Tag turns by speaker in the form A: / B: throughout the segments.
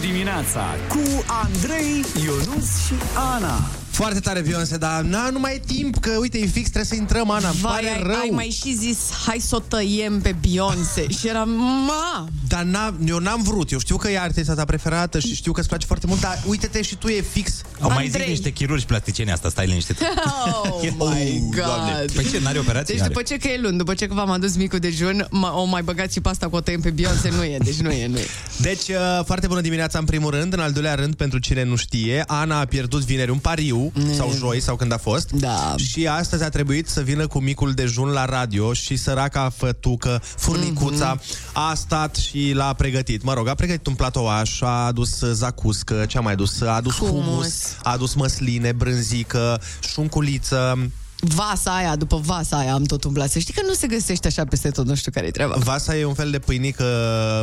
A: dimineața cu Andrei, Ionus și Ana.
B: Foarte tare, Beyoncé, dar na, nu mai e timp, că uite, e fix, trebuie să intrăm, Ana, îmi
C: Vai,
B: pare
C: ai,
B: rău.
C: ai mai și zis, hai să o tăiem pe Beyoncé. și eram, ma,
B: Dar n-am, eu n-am vrut, eu știu că e artista ta preferată și știu că îți place foarte mult, dar uite-te și tu, e fix.
D: Au mai zis
C: Andrei.
D: niște chirurgi plasticieni asta, stai liniștit.
C: oh my
D: Oh, Doamne.
C: god.
D: Păi ce, n-are operație?
C: Deci
D: N-are.
C: după ce că e luni, după ce că v-am adus micul dejun, m- o mai băgați și pasta cu o tăiem pe Beyoncé, nu e, deci nu e, nu e.
B: Deci, uh, foarte bună dimineața în primul rând, în al doilea rând, pentru cine nu știe, Ana a pierdut vineri un pariu, sau joi, sau când a fost,
C: Da.
B: și astăzi a trebuit să vină cu micul dejun la radio și săraca fătucă, furnicuța, a stat și l-a pregătit. Mă rog, a pregătit un platouaș, a adus zacuscă, ce a mai adus? A adus
C: Hummus.
B: humus, a adus măsline, brânzică, șunculiță,
C: Vasa aia, după vasa aia am tot umblat. Să știi că nu se găsește așa peste tot, nu știu care e treaba.
B: Vasa e un fel de pâinică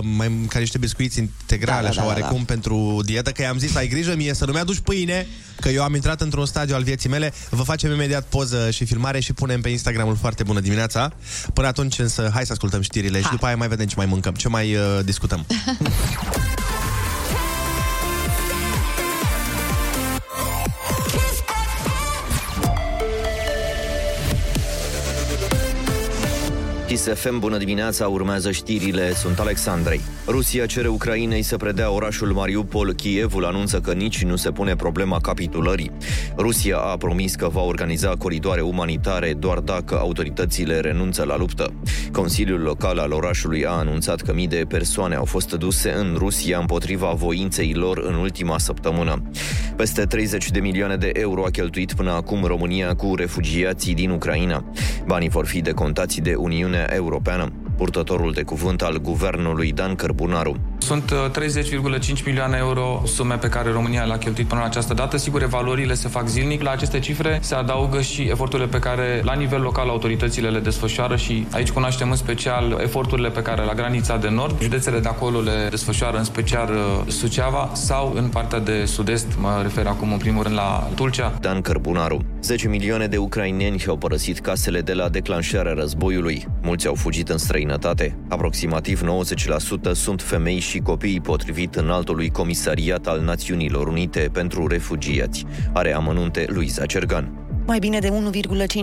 B: mai, care niște biscuiți integrale, da, da, așa da, oarecum, da. pentru dietă, că i-am zis, ai grijă mie să nu-mi aduci pâine, că eu am intrat într-un stadiu al vieții mele. Vă facem imediat poză și filmare și punem pe Instagramul foarte bună dimineața. Până atunci însă, hai să ascultăm știrile și după aia mai vedem ce mai mâncăm, ce mai uh, discutăm.
E: Kiss FM, bună dimineața, urmează știrile, sunt Alexandrei. Rusia cere Ucrainei să predea orașul Mariupol, Kievul anunță că nici nu se pune problema capitulării. Rusia a promis că va organiza coridoare umanitare doar dacă autoritățile renunță la luptă. Consiliul local al orașului a anunțat că mii de persoane au fost duse în Rusia împotriva voinței lor în ultima săptămână. Peste 30 de milioane de euro a cheltuit până acum România cu refugiații din Ucraina. Banii vor fi decontați de Uniunea Europeană. Purtătorul de cuvânt al guvernului Dan Cărbunaru.
F: Sunt uh, 30,5 milioane euro sume pe care România le-a cheltuit până la această dată. Sigur, evaluările se fac zilnic. La aceste cifre se adaugă și eforturile pe care la nivel local autoritățile le desfășoară și aici cunoaștem în special eforturile pe care la granița de nord, județele de acolo le desfășoară în special uh, Suceava sau în partea de sud-est, mă refer acum în primul rând la Tulcea,
E: Dan Cărbunaru. 10 milioane de ucraineni și-au părăsit casele de la declanșarea războiului. Mulți au fugit în străinătate. Aproximativ 90% sunt femei și copii, potrivit înaltului comisariat al Națiunilor Unite pentru Refugiați. Are amănunte Luisa Cergan.
G: Mai bine de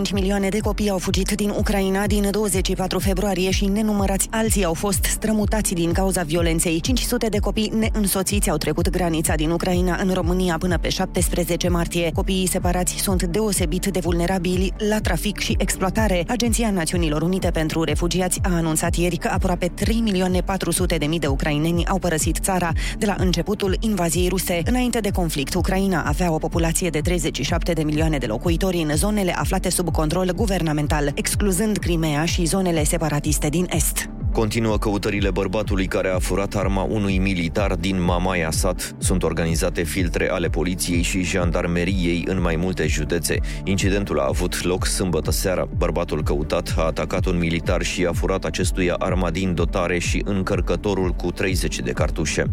G: 1,5 milioane de copii au fugit din Ucraina din 24 februarie și nenumărați alții au fost strămutați din cauza violenței. 500 de copii neînsoțiți au trecut granița din Ucraina în România până pe 17 martie. Copiii separați sunt deosebit de vulnerabili la trafic și exploatare. Agenția Națiunilor Unite pentru Refugiați a anunțat ieri că aproape 3 milioane 400 de mii de ucraineni au părăsit țara de la începutul invaziei ruse. Înainte de conflict, Ucraina avea o populație de 37 de milioane de locuitori în zonele aflate sub control guvernamental, excluzând Crimea și zonele separatiste din est.
E: Continuă căutările bărbatului care a furat arma unui militar din Mamaia Sat. Sunt organizate filtre ale poliției și jandarmeriei în mai multe județe. Incidentul a avut loc sâmbătă seara. Bărbatul căutat a atacat un militar și a furat acestuia arma din dotare și încărcătorul cu 30 de cartușe.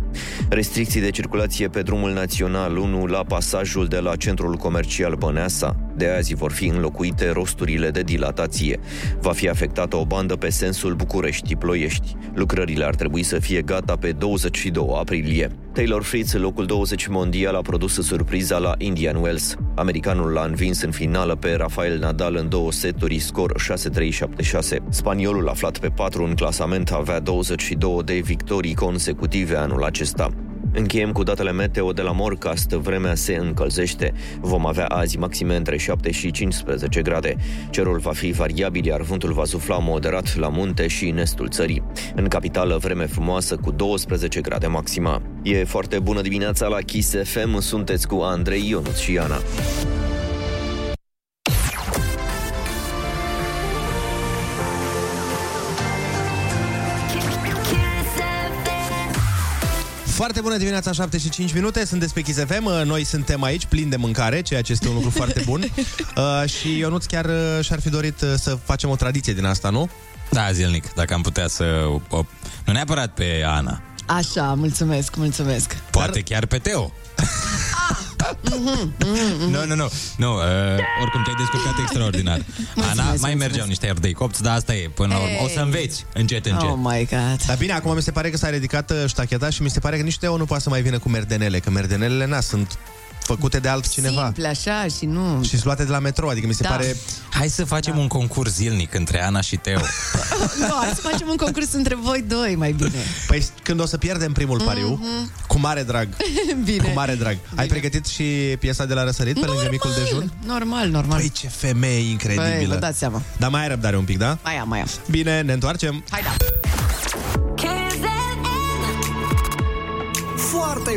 E: Restricții de circulație pe drumul național 1 la pasajul de la centrul comercial Băneasa. De azi vor fi înlocuite rosturile de dilatație. Va fi afectată o bandă pe sensul București-Ploiești. Lucrările ar trebui să fie gata pe 22 aprilie. Taylor Fritz, în locul 20 mondial, a produs surpriza la Indian Wells. Americanul l-a învins în finală pe Rafael Nadal în două seturi, scor 6-3-7-6. Spaniolul aflat pe 4 în clasament avea 22 de victorii consecutive anul acesta. Încheiem cu datele meteo de la Morcast, vremea se încălzește. Vom avea azi maxime între 7 și 15 grade. Cerul va fi variabil, iar vântul va sufla moderat la munte și în estul țării. În capitală, vreme frumoasă cu 12 grade maxima. E foarte bună dimineața la Kiss FM, sunteți cu Andrei Ionuț și Ana.
B: Foarte bună dimineața, 75 minute, sunt despre Kiss FM, uh, noi suntem aici plini de mâncare, ceea ce este un lucru foarte bun uh, și Ionuț chiar uh, și-ar fi dorit uh, să facem o tradiție din asta, nu?
D: Da, zilnic, dacă am putea să... O... Nu neapărat pe Ana,
C: Așa, mulțumesc, mulțumesc.
D: poate chiar pe Teo.
C: Mhm,
D: Nu, nu, nu. Nu, uh, oricum te-ai descurcat extraordinar. Ana, mai mergeau niște ardei copți, dar asta e, până la urmă. O să
C: Ei.
D: înveți, încet, încet.
C: Oh my god.
B: Dar bine, acum mi se pare că s-a ridicat uh, ștacheta și mi se pare că nici Teo nu poate să mai vină cu merdenele, că merdenelele na, sunt făcute de altcineva.
C: Simple așa și nu...
B: Și sunt luate de la metro, adică mi se
C: Da.
B: pare... Da.
D: Hai să facem un concurs zilnic între Ana și Teo. Da,
C: Nu, mhm. hai să facem un concurs între voi doi mai bine.
B: Păi când o să pierdem primul pariu, cu mare drag,
C: Mhm. Bine.
B: cu mare drag. Ai pregătit și piesa de la răsărit pe lângă micul dejun?
C: Normal, normal.
B: Păi ce femeie incredibilă.
C: Păi, vă dați seama.
B: Dar mai ai răbdare un pic, da?
C: Mai am, mai am.
B: Bine, ne întoarcem.
C: Hai da.
A: Foarte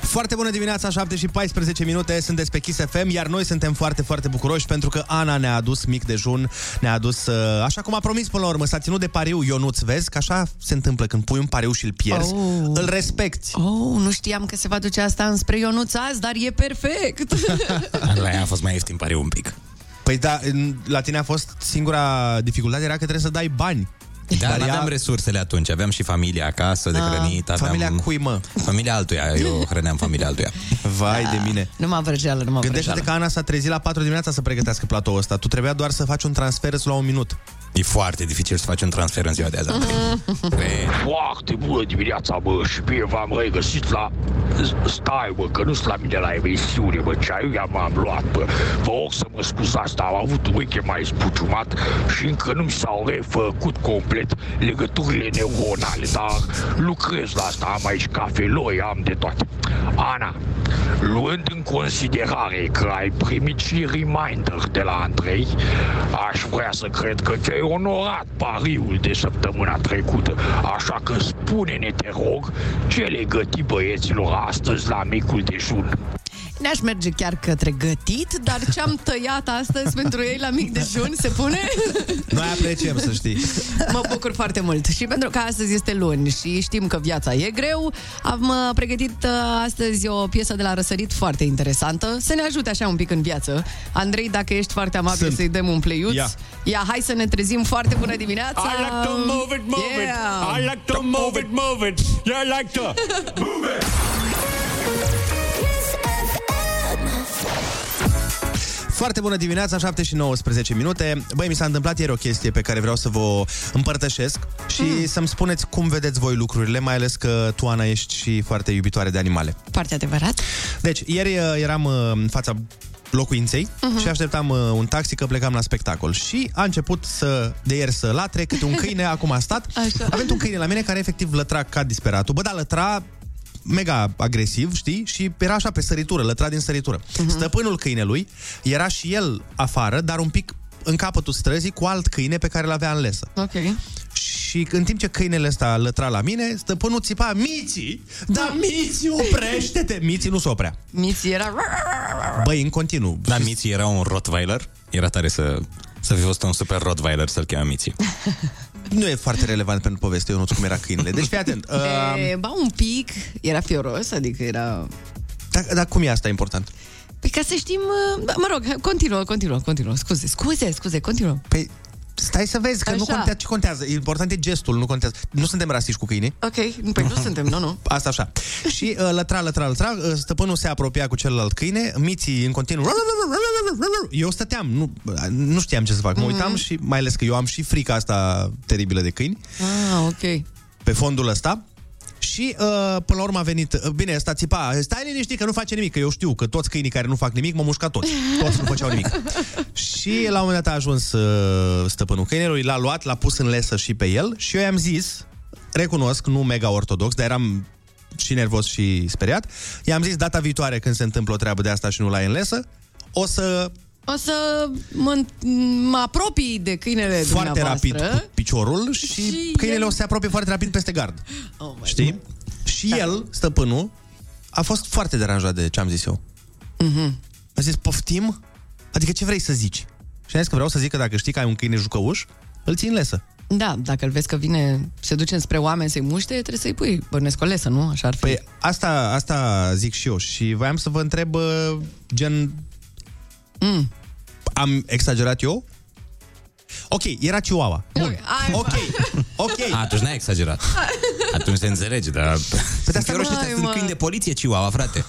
B: Foarte bună dimineața, 7 și 14 minute, sunteți pe Kiss FM, iar noi suntem foarte, foarte bucuroși pentru că Ana ne-a adus mic dejun, ne-a adus, uh, așa cum a promis până la urmă, s-a ținut de pariu, Ionuț, vezi că așa se întâmplă când pui un pariu și îl pierzi,
C: Oh.
B: îl respecti.
C: Oh, nu știam că se va duce asta înspre Ionuț azi, dar e perfect.
D: La ea a fost mai ieftin pariu un pic.
B: Păi da, în- la tine a fost singura dificultate, era că trebuie să dai bani.
D: Dar
B: ea- Ah,
D: aveam resursele atunci, aveam și familia acasă de hrănit, aveam...
B: Familia cui, mă?
D: Familia altuia, eu hrăneam familia altuia. Da.
B: Vai de mine.
C: numai vrăjeală, numai
B: Gândește-te că
C: vrăjeală.
B: Ana s-a trezit la 4 dimineața să pregătească platoul ăsta. Tu trebuia doar să faci un transfer la un minut.
D: E foarte dificil să faci un transfer în ziua de azi. Pe-
H: Foarte bună dimineața, bă, și bine v-am regăsit la... Stai, mă, că nu-s la mine la emisiune, mă, ce aiuia m-am luat, bă. Vă rog să mă scuzați, dar am avut un weekend mai zbuciumat și încă nu mi s-au refăcut complet legăturile neuronale, dar lucrez la asta, am aici cafeloi, am de toate. Ana, luând în considerare că ai primit și reminder de la Andrei, aș vrea să cred că te-ai onorat pariul de săptămâna trecută, așa că spune-ne, te rog, ce le găti băieților astăzi la micul dejun.
C: Ne-aș merge chiar către gătit, dar ce-am tăiat astăzi pentru ei la mic dejun, se pune?
B: Noi apreciem, să știi.
C: Mă bucur foarte mult și pentru că astăzi este luni și știm că viața e greu, am uh, pregătit uh, astăzi o piesă de la răsărit foarte interesantă, să ne ajute așa un pic în viață. Andrei, dacă ești foarte amabil
B: Sunt.
C: să-i dăm un pleiuț,
B: Ia.
C: ia hai să ne trezim foarte bună dimineața!
H: I like to move it, move
C: Yeah.
H: it. I like to move it, move it. Yeah, I like to.
B: Foarte bună dimineața, 7 și 19 minute. Băi, mi s-a întâmplat ieri o chestie pe care vreau să vă împărtășesc și să-mi spuneți cum vedeți voi lucrurile, mai ales că tu, Ana, ești și foarte iubitoare de animale.
C: Parte adevărat?
B: Deci, ieri uh, eram uh, în fața locuinței uh-huh. și așteptam uh, un taxi că plecam la spectacol. Și a început să de ieri să latre câte un câine, acum a stat.
C: Așa.
B: Avem un câine la mine care efectiv lătra ca disperatul. Bă, dar lătra mega agresiv, știi? Și era așa pe săritură, lătra din săritură.
C: Mhm.
B: Uh-huh. Stăpânul câinelui era și el afară, dar un pic în capătul străzii cu alt câine pe care l-avea în lesă.
C: Ok.
B: Și în timp ce câinele ăsta lătra la mine, stăpânul țipa, Miții, da, Miții, oprește-te! Miții nu se oprea.
C: Miți era...
B: Băi, în continuu.
D: Da, Miții era un Rottweiler. Era tare să, să fi fost un super Rottweiler să-l chema Miții.
B: Nu e foarte relevant pentru poveste, eu nu cum era câinele. Deci fii atent. Uh,
C: E, ba un pic, era fioros, adică era...
B: dar, dar cum e asta important?
C: Păi ca să știm... uh, Mă rog, continuă, continuă, continuă. Scuze, scuze, scuze, continuă.
B: Păi stai să vezi că nu
C: Așa.
B: contează ce contează. Important e gestul, nu contează. Nu suntem rasiști cu câinii.
C: Ok, păi nu suntem, nu, nu.
B: Asta așa. Și uh, lătra, lătra, lătra, uh, stăpânul se apropia cu celălalt câine, miții în continuu. Eu stăteam, nu, uh, nu știam ce să fac. Mă uitam și mai ales că eu am și frica asta teribilă de câini.
C: Ah, ok.
B: pe fondul ăsta și uh, până la urmă a venit uh, Bine, ăsta țipa, stai liniștit că nu face nimic Că eu știu că toți câinii care nu fac nimic Mă mușca toți, toți nu făceau nimic Și la un moment dat a ajuns uh, Stăpânul câinelui, l-a luat, l-a pus în lesă Și pe el și eu i-am zis Recunosc, nu mega ortodox, dar eram Și nervos și speriat I-am zis data viitoare când se întâmplă o treabă de asta Și nu la ai în lesă O să
C: O să mă, mă apropii de câinele
B: foarte rapid
C: dumneavoastră.
B: cu piciorul și,
C: Și
B: câinele
C: el-
B: o să se apropie foarte rapid peste gard.
C: Oh my
B: Știi? Și el, stăpânul, a fost foarte deranjat de ce am zis eu.
C: Mhm.
B: A zis, poftim? Adică ce vrei să zici? Și am zis că vreau să zic că dacă știi că ai un câine jucăuș, îl țin lesă.
C: Da, dacă îl vezi că vine, se duce spre oameni să-i muște, trebuie să-i pui bărnesc o lesă, nu? Așa ar fi.
B: Păi asta, asta zic și eu și voiam să vă întreb uh, gen... Mm. Am exagerat eu? Ok, era Chihuahua. Bun.
C: Ai,
B: Ok, ok.
D: Atunci n-ai exagerat. Atunci se înțelege, dar... Păi de
B: asta-
D: ăștia
C: Hai,
D: sunt
C: mă.
D: câini de poliție, Chihuahua, frate.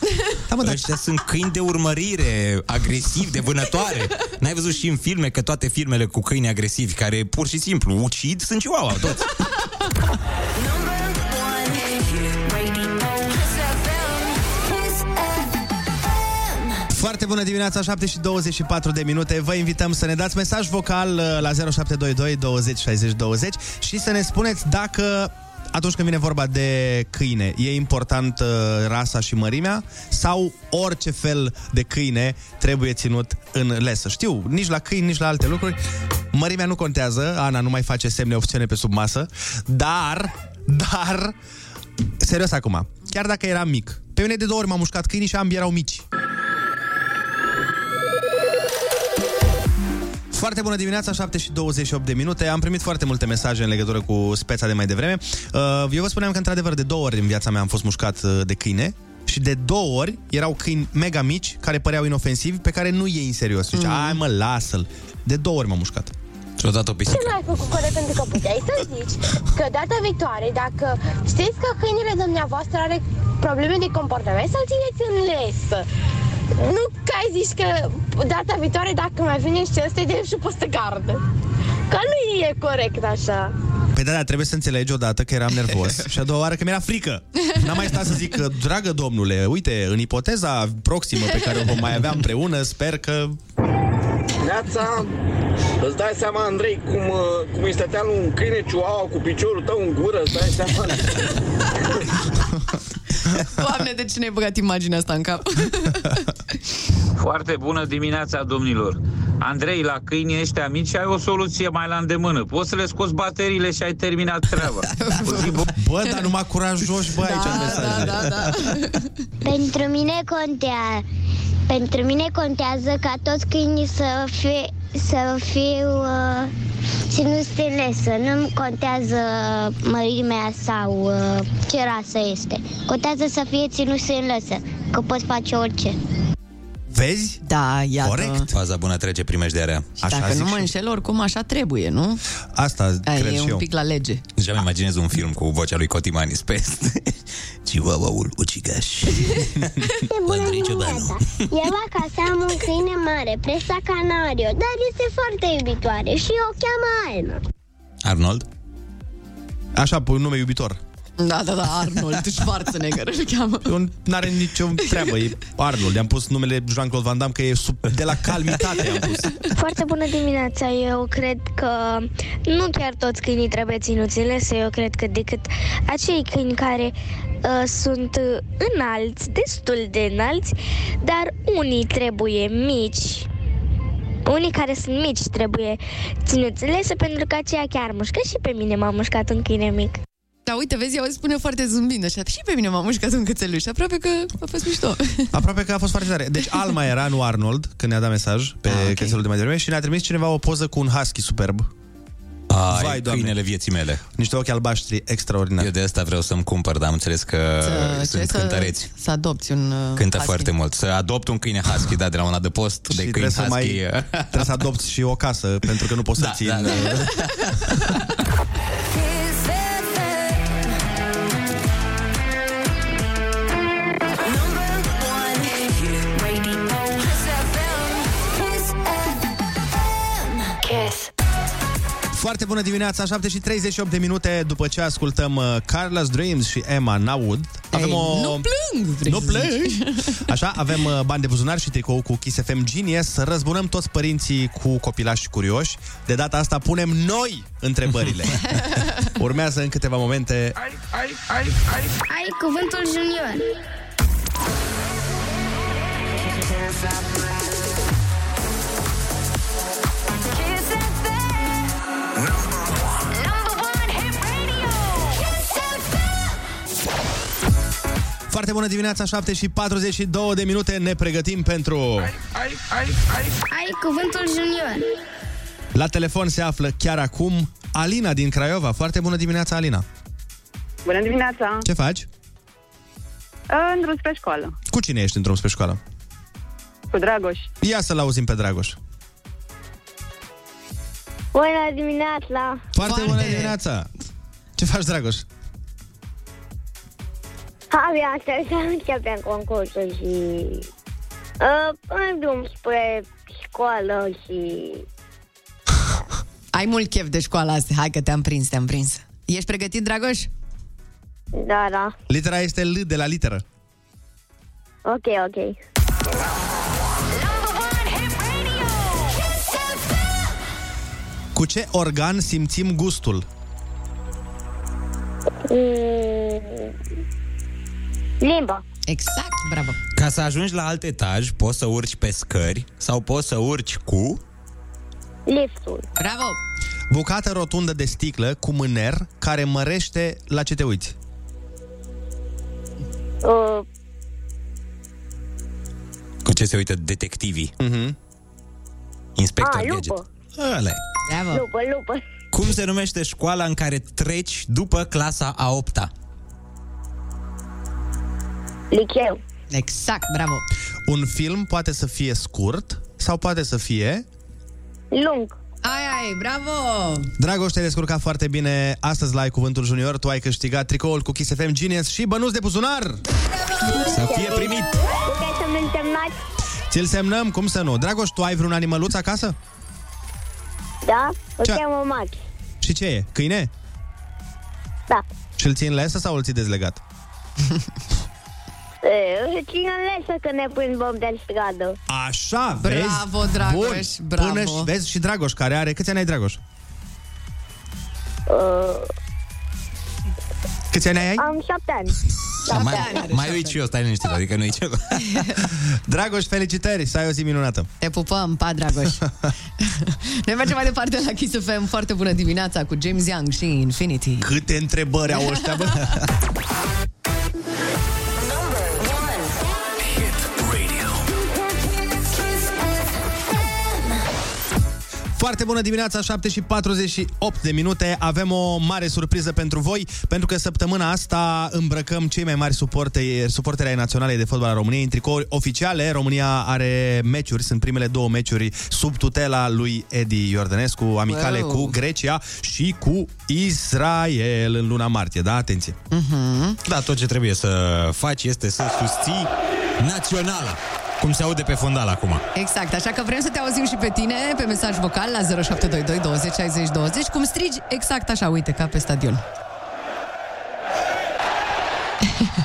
D: Da, mă, ăștia sunt câini de urmărire, agresivi, de vânătoare. N-ai văzut și în filme că toate filmele cu câini agresivi, care pur și simplu ucid, sunt Chihuahua, toți.
B: Foarte bună dimineața, 7 și 24 de minute. Vă invităm să ne dați mesaj vocal uh, la 0722 20 60 20 și să ne spuneți dacă atunci când vine vorba de câine, e important uh, rasa și mărimea sau orice fel de câine trebuie ținut în lesă. Știu, nici la câini, nici la alte lucruri, mărimea nu contează, Ana nu mai face semne opțiune pe sub masă, dar, dar, serios acum, chiar dacă eram mic, pe mine de două ori m-am mușcat câinii și ambii erau mici. Foarte bună dimineața, 7 și 28 de minute. Am primit foarte multe mesaje în legătură cu speța de mai devreme. Uh, Eu vă spuneam că, într-adevăr, de două ori în viața mea am fost mușcat uh, de câine și de două ori erau câini mega mici care păreau inofensivi, pe care nu iei în serios. Deci, mm. ai mă, lasă-l. De două ori m-am mușcat.
D: Și odată o
B: Păi
D: pisică.
I: n-ai făcut corect pentru că puteai să zici că data viitoare, dacă știți că câinele dumneavoastră are probleme de comportament, să-l țineți în lesă. Nu că ai zis că data viitoare, dacă mai vine și ăsta, de și poți să gardă. Că nu e corect așa.
B: Păi da, da, trebuie să înțelegi odată că eram nervos și a doua oară că mi-era frică. N-am mai stat să zic, că, dragă domnule, uite, în ipoteza proximă pe care o vom mai avea împreună, sper că...
J: Neața, îți dai seama, Andrei, cum, uh, cum îi stătea lui un câine ciuaua cu piciorul tău în gură, îți dai seama?
C: Doamne, de ce ne-ai băgat imaginea asta în cap?
K: Foarte bună dimineața, domnilor! Andrei, la câinii ăștia mici ai o soluție mai la îndemână. Poți să le scoți bateriile și ai terminat treaba. O zi bună.
B: Bă, dar numai curajoși, bă, aici în mesaje.
C: da, da, da.
I: Pentru mine contează. Pentru mine contează ca toți câinii să fie să fiu uh, ținuți de lesă. Nu contează mărimea sau uh, ce rasă este. Contează să fie ținuți în lesă, că poți face orice.
B: Vezi?
C: Da, iată.
B: Corect.
D: Faza bună trece primejdearea.
C: Și
B: Așa
C: dacă
B: zic
C: nu mă
B: și-
C: înșel, oricum așa trebuie, nu?
B: Asta
C: Aia
B: cred
C: e
B: și
C: un
B: eu.
C: pic la lege.
D: Deja mi imaginez un film cu vocea lui Cotimani Spest. Chihuahua-ul ucigaș. Andrei Ciobanu.
I: Eu acasă am un câine mare, presa canario, dar este foarte iubitoare și o cheamă Alma.
D: Arnold?
B: Așa, pe un nume iubitor.
C: Da, da, da, Arnold Schwarzenegger îl cheamă.
B: Un, n-are nicio treabă, e Arnold. I-am pus numele Jean-Claude Van Damme, că e sub, de la calmitate i-am pus.
I: Foarte bună dimineața, eu cred că nu chiar toți câinii trebuie ținuți în lesă, eu cred că decât acei câini care uh, sunt uh, înalți, destul de înalți, dar unii trebuie mici. Unii care sunt mici trebuie ținuți în lesă pentru că aceea chiar mușcă și pe mine m-a mușcat un câine mic.
C: Da, uite, vezi, ea o spune foarte zâmbind așa. Și pe mine m-am mușcat un cățeluș, aproape că a fost mișto.
B: Uh, Aproape că a fost foarte tare. Deci Alma era, nu Arnold, când ne-a dat mesaj pe
C: Ah,
B: ah,
C: ok.
B: okay. cheselul de mai devreme și ne-a trimis cineva o poză cu un husky superb.
D: Ai,
B: Vai,
D: Vai,
B: Doamne.
D: câinele vieții mele.
B: Niște ochi albaștri
D: Eu
B: extraordinari.
D: de asta vreau să-mi cumpăr, dar am înțeles că
C: Să- ce,
D: sunt
C: să-
D: cântăreți.
C: Să adopți un uh,
D: Cântă
C: husky.
D: foarte mult. Să adopt un câine husky, da, de la un post de câini
B: trebuie să,
D: husky.
B: mai, trebuie să adopți și o casă, pentru că nu poți să uh,
D: Da,
B: ții
D: da,
B: în-
D: da.
B: Foarte bună dimineața, 7 și 38 de minute după ce ascultăm uh, Carla's Dreams și Emma Naud. Avem
C: Ei,
B: o...
C: Nu plâng, vrei
B: Nu
C: să zici.
B: plângi! Așa, avem uh, bani de buzunar și tricou cu Kiss FM Genius. Răzbunăm toți părinții cu copilași curioși. De data asta punem noi întrebările. Urmează în câteva momente.
I: Ai cuvântul junior.
B: Foarte bună dimineața, 7 și 42 de minute. Ne pregătim pentru...
I: Ai cuvântul junior.
B: La telefon se află chiar acum Alina din Craiova. Foarte bună dimineața, Alina.
L: Bună dimineața!
B: Ce faci?
L: În drum spre școală,
B: Cu cine ești în drum spre școală?
L: cu Dragoș.
B: Ia să-l auzim pe Dragoș.
I: Bună dimineața!
B: Foarte bună dimineața! Ce faci, Dragoș?
I: Abia așteptam, începem concursul și... Uh, în drum spre școală și...
C: Ai mult chef de școală azi. Hai că te-am prins, te-am prins. Ești pregătit, Dragoș?
I: Da, da.
B: Litera este L de la literă.
I: Ok, ok.
B: Cu ce organ simțim gustul?
I: Mm. Limba.
C: Exact, bravo.
D: Ca să ajungi la alt etaj, poți să urci pe scări sau poți să urci cu...
I: Liftul.
C: Bravo!
B: Bucată rotundă de sticlă cu mâner care mărește la ce te uiți.
I: Uh,
D: Cu ce se uită detectivii.
B: Mhm.
D: Mm-hmm. Inspector
I: a,
B: Ah,
D: Gadget.
I: lupă.
D: Ăla e.
C: Bravo.
I: Lupă, lupă.
D: Cum se numește școala în care treci după clasa a 8
I: Liceu.
C: Exact, bravo.
B: Un film poate să fie scurt sau poate să fie...
I: Lung.
C: Ai, ai, bravo!
B: Dragoș, te-ai descurcat foarte bine. Astăzi la Ai Cuvântul Junior, tu ai câștigat tricoul cu Kiss FM Genius și bănuți de buzunar! Să fie primit!
I: Puteți să-mi însemnați?
B: Ți-l semnăm, cum să nu? Dragoș, tu ai vreun animăluț acasă?
I: Da? O
B: Ce-
I: cheamă Max.
B: Și ce e? Câine?
I: Da.
B: Și îl ții în lesă sau îl ții dezlegat?
I: E, Cine lăsă că ne plimbăm de stradă?
B: Așa,
I: Bravo,
B: vezi?
I: Dragoș,
B: Bun.
I: bravo.
B: Până și, vezi și Dragoș, care are... Câți ani ai, Dragoș?
I: Uh,
B: Câți ani ai?
I: am șapte ani.
B: Da,
D: mai, mai uit și eu, stai liniștit, adică nu e ceva.
B: Dragoș, felicitări, să ai o zi minunată.
C: Te pupăm, pa, Dragoș. ne mergem mai departe la Kiss FM. Foarte bună dimineața cu James Young și Infinity.
B: Câte întrebări au ăștia, bă? Foarte bună dimineața, 7 și 48 de minute. Avem o mare surpriză pentru voi, pentru că săptămâna asta îmbrăcăm cei mai mari suporteri, suporteri ai naționalei de fotbal a României în tricouri oficiale. România are meciuri, sunt primele două meciuri sub tutela lui Edi Iordănescu, amicale
C: Wow.
B: cu Grecia și cu Israel în luna martie, da? Atenție!
C: Mhm.
D: Da, tot ce trebuie să faci este să susții naționala, cum se aude pe fondal acum.
C: Exact, așa că vrem să te auzim și pe tine pe mesaj vocal la 0722 20 60 20 cum strigi exact așa, uite, ca pe stadion.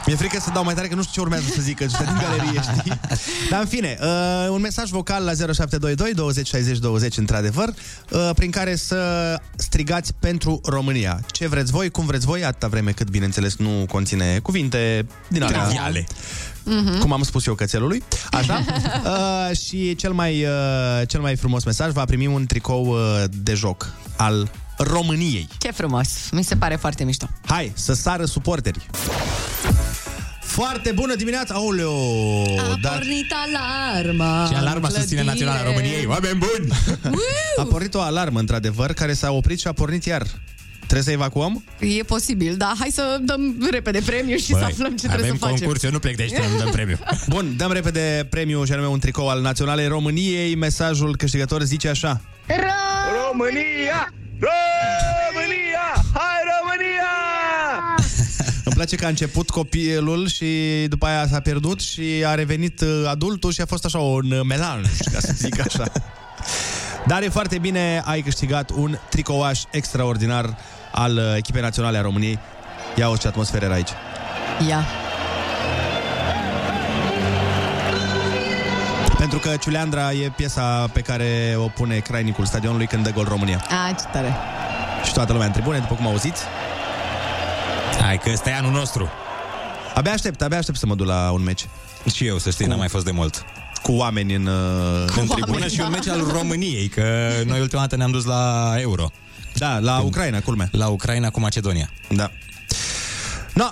B: Mi-e frică să dau mai tare, că nu știu ce urmează să zică, să din galerie, știi? Dar în fine, uh, un mesaj vocal la 0722 20 60 20, într-adevăr, uh, prin care să strigați pentru România. Ce vreți voi, cum vreți voi, atâta vreme cât, bineînțeles, nu conține cuvinte din alea.
D: Triviale.
C: Mhm.
B: Cum am spus eu cățelului, așa. Uh, și cel mai, uh, cel mai frumos mesaj va primi un tricou uh, de joc al României.
C: Ce frumos, mi se pare foarte mișto.
B: Hai, să sară suporterii. Foarte bună dimineața! Aoleo!
C: A
B: Da.
C: pornit alarma.
B: Și alarma
C: în
B: susține
C: clădire.
B: Naționala României. Oameni buni! A pornit o alarmă, într-adevăr, care s-a oprit și a pornit iar. Trebuie să evacuăm?
C: E posibil, dar hai să dăm repede premiu și să aflăm ce trebuie să facem.
B: premiu. Bun, dăm repede premiu și anume un tricou al Naționalei României. Mesajul câștigător zice așa.
H: România!
M: Da!
H: România! Hai România!
B: Îmi place că a început copilul și după aia s-a pierdut și a revenit uh, adultul și a fost așa un uh, melanj, ca să zic așa. Dar e foarte bine, ai câștigat un tricouaș extraordinar al uh, echipei naționale a României. Ia o ce atmosferă era aici.
C: Ia.
B: Pentru că Ciuleandra e piesa pe care o pune crainicul stadionului când dă gol România.
C: A, ce tare.
B: Și toată lumea în tribune, după cum auziți.
D: Hai că ăsta e anul nostru.
B: Abia aștept, abia aștept să mă duc la un meci.
D: Și eu, să știi, n-am mai fost de mult.
B: Cu oameni în... Cu
D: în tribună
B: oameni,
D: și
B: da.
D: un meci al României, că noi ultima dată ne-am dus la Euro.
B: Da, la Ucraina, culme.
D: La Ucraina cu Macedonia.
B: Da. No,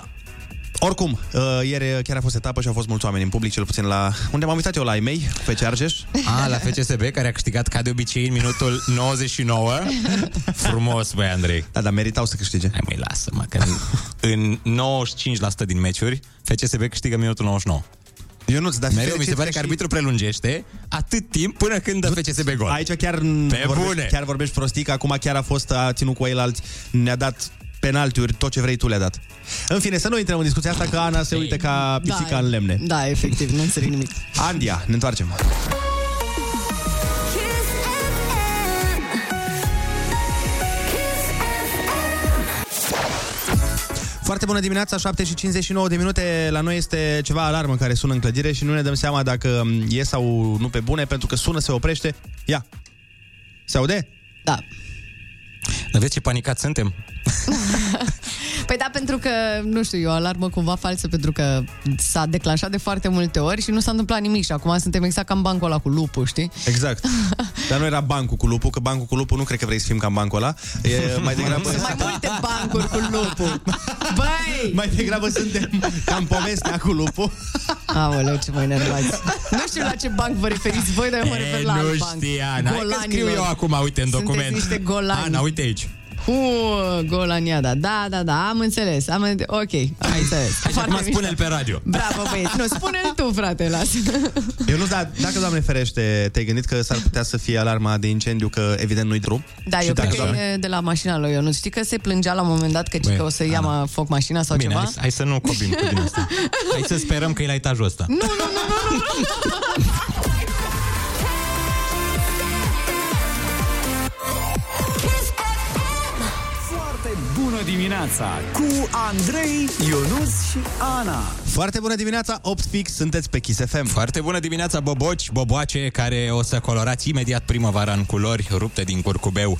B: oricum, uh, ieri chiar a fost etapă și au fost mulți oameni în public, cel puțin la... Unde m-am uitat eu, la ei pe Argeș.
D: A, la FCSB, care a câștigat ca de obicei în minutul 99. Frumos, băi, Andrei.
B: Da, dar meritau să câștige.
D: Hai, mai lasă-mă, că în, în 95% din meciuri, FCSB câștigă minutul 99.
B: Eu nu-ți, dar
D: Mereu mi se pare că arbitru prelungește atât timp până când dă FCSB gol.
B: Aici chiar Pe vorbești,
D: bune.
B: Chiar vorbești prostic, acum chiar a fost, a ținut cu alți, ne-a dat penaltiuri, tot ce vrei tu le-a dat. În fine, să nu intrăm în discuția asta, că Ana se uită ca pisica
C: Da,
B: în lemne.
C: Da, efectiv, nu înțeleg nimic.
B: Andia, ne întoarcem. Foarte bună dimineața, 7 și 59 de minute. La noi este ceva alarmă care sună în clădire și nu ne dăm seama dacă mm, e sau nu pe bune, pentru că sună, se oprește. Ia! Se aude?
C: Da.
D: Dar vezi ce panicat suntem?
C: Păi da, pentru că, nu știu, e o alarmă cumva falsă, pentru că s-a declanșat de foarte multe ori și nu s-a întâmplat nimic și acum suntem exact ca în bancul ăla cu lupul, știi?
B: Exact. Dar nu era bancul cu lupul, că bancul cu lupul nu cred că vrei să fim ca în bancul ăla. E mai degrabă...
C: Mai multe bancuri cu lupul. Băi!
B: Mai degrabă suntem cam povestea cu lupul.
C: Aoleu, ce mă enervați. Nu știu la ce banc vă referiți voi, dar eu mă refer la alt
D: nu
C: banc.
D: știa, Ana. Hai că scriu eu acum, uite, în
C: Sunteți
D: document.
C: niște golani.
D: Ana, uite aici.
C: Cu golaniada. Da, da, da, am înțeles. Am înțeles. Ok, am înțeles.
D: Deci acum
C: mișto.
D: spune-l pe radio.
C: Bravo, băieți. Nu, spune-l tu, frate, lasă.
B: Eu nu, dar dacă, Doamne ferește, te-ai gândit că s-ar putea să fie alarma de incendiu, că evident nu-i drum?
C: Da,
B: Și
C: eu
B: dacă,
C: cred că
B: Doamne-
C: e de la mașina lui Ionuț. Știi că se plângea la un moment dat că,
D: Băi,
C: că o să ia ma- foc mașina sau
D: Bine,
C: ceva?
D: hai, să- hai să nu copim cu din asta. Hai să sperăm că e la etajul ăsta.
C: Nu, nu, nu, nu, nu, nu.
A: Foarte bună dimineața cu Andrei, Ionus și Ana.
B: Foarte bună dimineața, 8 fix, sunteți pe Kiss FM.
D: Foarte bună dimineața, boboci, boboace, care o să colorați imediat primăvara în culori rupte din curcubeu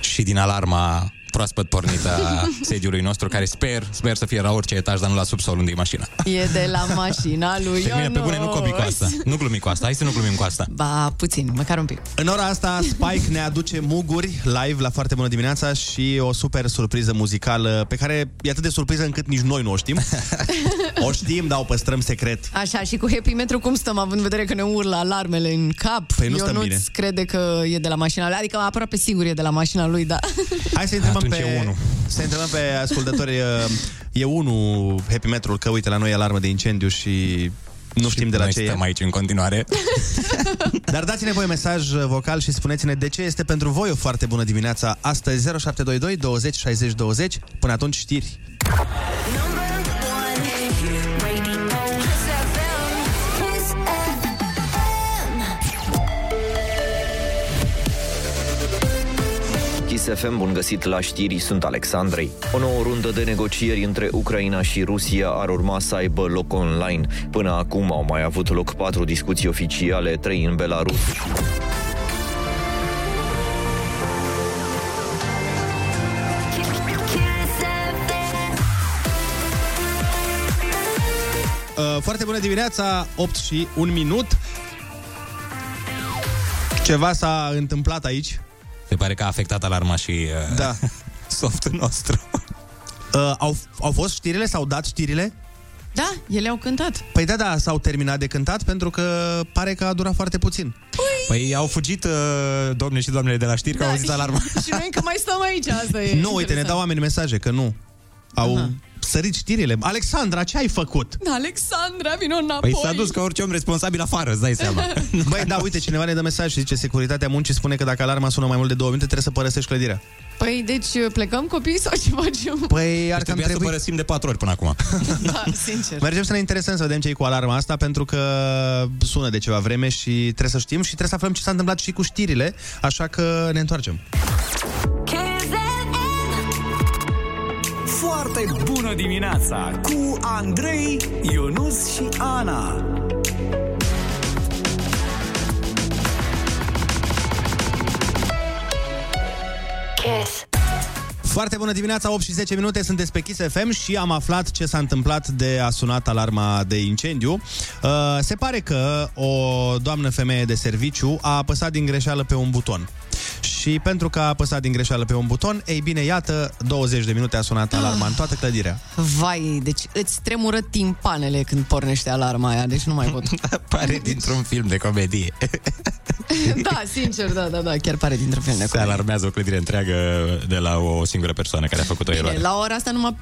D: și din alarma proaspăt pornită a sediului nostru, care sper, sper să fie la orice etaj, dar nu la subsol unde e mașina.
C: E de la mașina lui
D: Pe mine,
C: Ionuț.
D: pe bune, nu copi cu asta. Nu glumi cu asta. Hai să nu glumim cu asta.
C: Ba, puțin, măcar un pic.
B: În ora asta, Spike ne aduce muguri live la foarte bună dimineața și o super surpriză muzicală pe care e atât de surpriză încât nici noi nu o știm. o știm, dar o păstrăm secret.
C: Așa, și cu Happy Metro cum stăm, având în vedere că ne urlă alarmele în cap?
B: Păi nu stăm
C: Ionuț
B: bine.
C: crede că e de la mașina lui, adică aproape sigur e de la mașina lui, da.
B: Hai să întrebăm pe, să întrebăm pe ascultători. uh, E unul Happy Metrul că uite la noi e alarmă de incendiu și nu știm de la
D: noi
B: ce
D: stăm
B: e.
D: aici în continuare.
B: Dar dați-ne voi mesaj uh, vocal și spuneți-ne de ce este pentru voi o foarte bună dimineața astăzi 0722 20 60 20. Până atunci știri.
E: Kiss FM, bun găsit la știri, sunt Alexandrei. O nouă rundă de negocieri între Ucraina și Rusia ar urma să aibă loc online. Până acum au mai avut loc patru discuții oficiale, trei în Belarus.
B: Uh, Foarte bună dimineața, 8 și 1 minut. Ceva s-a întâmplat aici.
D: Se pare că a afectat alarma și uh,
B: Da.
D: softul nostru.
B: Uh, au, au fost știrile? S-au dat știrile?
C: Da, ele au cântat.
B: Păi da, da, s-au terminat de cântat pentru că pare că a durat foarte puțin.
D: Păi au fugit uh, domne și doamnele de la știri că
B: Da.
D: au auzit alarma.
C: și noi încă mai stăm aici, asta e.
B: nu, uite, ne dau oameni mesaje că nu. Au
C: Aha.
B: sărit știrile. Alexandra, ce ai făcut?
C: Alexandra, vino înapoi.
D: Păi s-a dus ca orice om responsabil afară, îți dai seama.
B: Băi, da, uite, cineva ne dă mesaj și zice Securitatea muncii spune că dacă alarma sună mai mult de două minute, trebuie să părăsești clădirea.
C: Păi, deci plecăm copii sau ce facem?
B: Păi, ar cam
D: Ar trebui Deci să
B: trebui...
D: părăsim de patru ori până acum.
C: Da, sincer.
B: Mergem să ne interesăm să vedem ce e cu alarma asta, pentru că sună de ceva vreme și trebuie să știm și trebuie să aflăm ce s-a întâmplat și cu știrile, așa că ne întoarcem.
A: Foarte bună dimineața cu Andrei, Ionus și Ana.
B: Foarte bună dimineața, 8 și 10 minute, sunt pe Kiss FM și am aflat ce s-a întâmplat de a sunat alarma de incendiu. Uh, se pare că o doamnă femeie de serviciu a apăsat din greșeală pe un buton. Și pentru că a apăsat din greșeală pe un buton, ei bine, iată, 20 de minute a sunat alarma în toată clădirea.
C: Vai, deci îți tremură timpanele când pornește alarma aia, deci nu mai pot.
D: Pare dintr-un film de comedie.
C: da, sincer, da, da, da, chiar pare dintre filme.
D: Se alarmează o clădire întreagă de la o singură persoană care a făcut o
C: Bine,
D: eroare.
C: la ora asta numai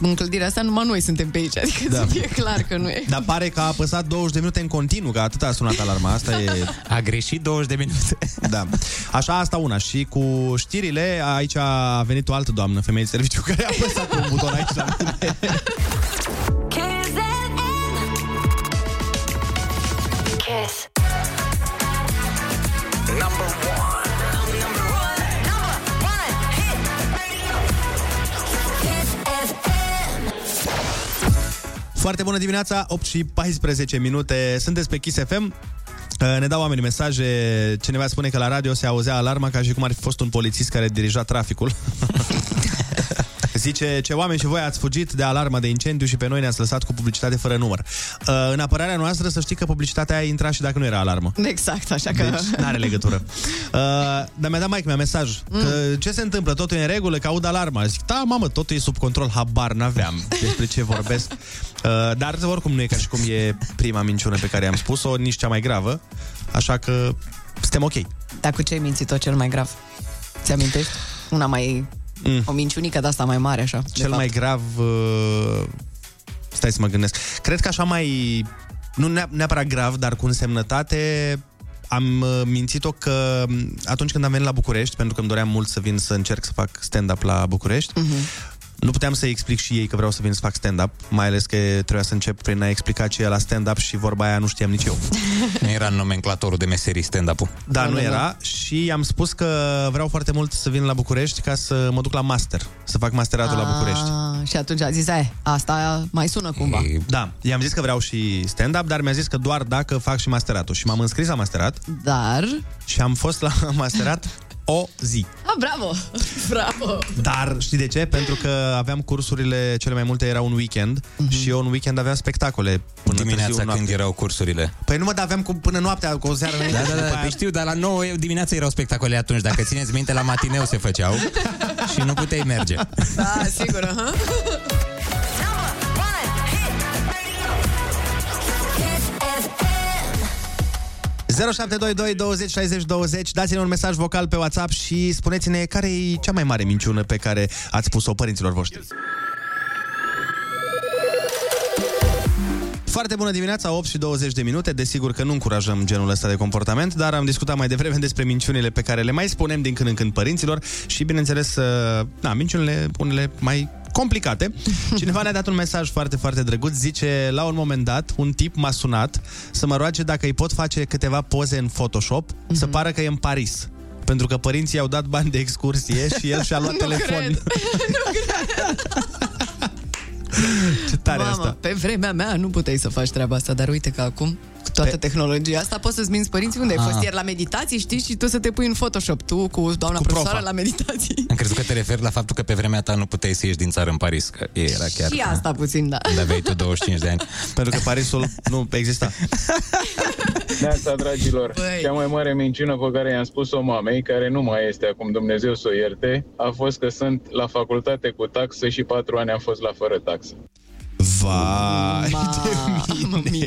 C: în clădirea asta numai noi suntem pe aici, adică
B: Da.
C: da. să fie clar că nu e.
B: Dar pare că a apăsat 20 de minute în continuu, că atât a sunat alarma. Asta e...
D: A greșit 20 de minute.
B: Da. Așa, asta una. Și cu știrile, aici a venit o altă doamnă, femeie de serviciu, care a apăsat un buton aici la mine.
M: Kiss.
B: Foarte bună dimineața, 8 și 14 minute. Sunteți pe Kiss FM. Uh, Ne dau oamenii mesaje. Cineva spune că la radio se auzea alarma ca și cum ar fi fost un polițist care dirija traficul. Zice, ce oameni și voi ați fugit de alarma de incendiu și pe noi ne-ați lăsat cu publicitate fără număr. Uh, În apărarea noastră să știi că publicitatea a intrat și dacă nu era alarmă.
C: Exact, așa că...
B: Deci n-are legătură. Uh, dar mi-a dat maică mea mesaj. Mm. Că ce se întâmplă? Totul e în regulă, că aud alarma. Zic, da, mamă, totul e sub control, habar n-aveam despre ce vorbesc. Uh, dar oricum nu e ca și cum e prima minciună pe care am spus-o, nici cea mai gravă. Așa că suntem ok.
C: Dar cu ce ai mințit-o cel mai grav? Ți-amintești? Una mai... Mm. O minciunică de asta mai mare, așa. de
B: Cel
C: fapt.
B: mai grav... Uh, stai să mă gândesc. Cred că așa mai... Nu neap- neapărat grav, dar cu însemnătate am uh, mințit-o că m, atunci când am venit la București, pentru că îmi doream mult să vin să încerc să fac stand-up la București,
M: Mhm.
B: nu puteam să explic și ei că vreau să vin să fac stand-up, mai ales că trebuia să încep prin a explica ce e la stand-up și vorba aia nu știam nici eu.
D: Nu era în nomenclatorul de meserii stand-up-ul.
B: Da, nu era și am spus că vreau foarte mult să vin la București ca să mă duc la master, să fac masteratul la București.
C: Ah, și atunci a zis, "Ai, asta mai sună cumva.
B: Da, i-am zis că vreau și stand-up, dar mi-a zis că doar dacă fac și masteratul. Și m-am înscris la masterat
C: Dar...
B: și am fost la masterat o zi.
C: Ah, bravo! Bravo!
B: Dar știi de ce? Pentru că aveam cursurile, cele mai multe erau un weekend mm-hmm. și eu un weekend aveam spectacole până
D: Dimineața
B: târziu,
D: când
B: noapte.
D: erau cursurile.
B: Păi nu mă, dar aveam cu, până noaptea, cu o seară
D: Da, da, da, păi știu, dar la 9 dimineața erau spectacole atunci. Dacă țineți minte, la matineu se făceau și nu puteai merge.
C: Da,
M: Ah,
C: sigur,
M: eh?
C: aha.
M: Kiss.
B: 0722 20 60 20 Dați-ne un mesaj vocal pe WhatsApp și spuneți-ne care e cea mai mare minciună pe care ați spus-o părinților voștri. Foarte bună dimineața, 8 și 20 de minute. Desigur că nu încurajăm genul ăsta de comportament, dar am discutat mai devreme despre minciunile pe care le mai spunem din când în când părinților și, bineînțeles, uh, na, minciunile unele mai complicate. Cineva ne-a dat un mesaj foarte, foarte drăguț. Zice, la un moment dat, un tip m-a sunat să mă roage dacă îi pot face câteva poze în Photoshop,
C: Mhm.
B: să pară că e în Paris. Pentru că părinții i-au dat bani de excursie și el și-a luat
C: Nu
B: telefon.
C: cred. Nu cred.
B: Ce tare
C: Mamă,
B: asta.
C: pe vremea mea nu puteai să faci treaba asta, dar uite că acum cu toată pe... tehnologia asta poți să-ți minți părinții unde ai
D: Ah.
C: fost ieri la meditații, știi, și tu să te pui în Photoshop, tu cu doamna
D: Cu
C: cu
D: profa.
C: profesoară la meditații.
D: Am crezut că te referi la faptul că pe vremea ta nu puteai să ieși din țară în Paris, că era chiar...
C: Și asta puțin, da.
D: Când aveai tu 25 de ani.
B: Pentru că Parisul nu exista.
N: Neața, dragilor,
C: Băi.
N: cea mai mare minciună pe care i-am spus-o mamei, care nu mai este acum, Dumnezeu să o ierte, a fost că sunt la facultate cu taxă și patru ani am fost la fără taxă.
B: Vai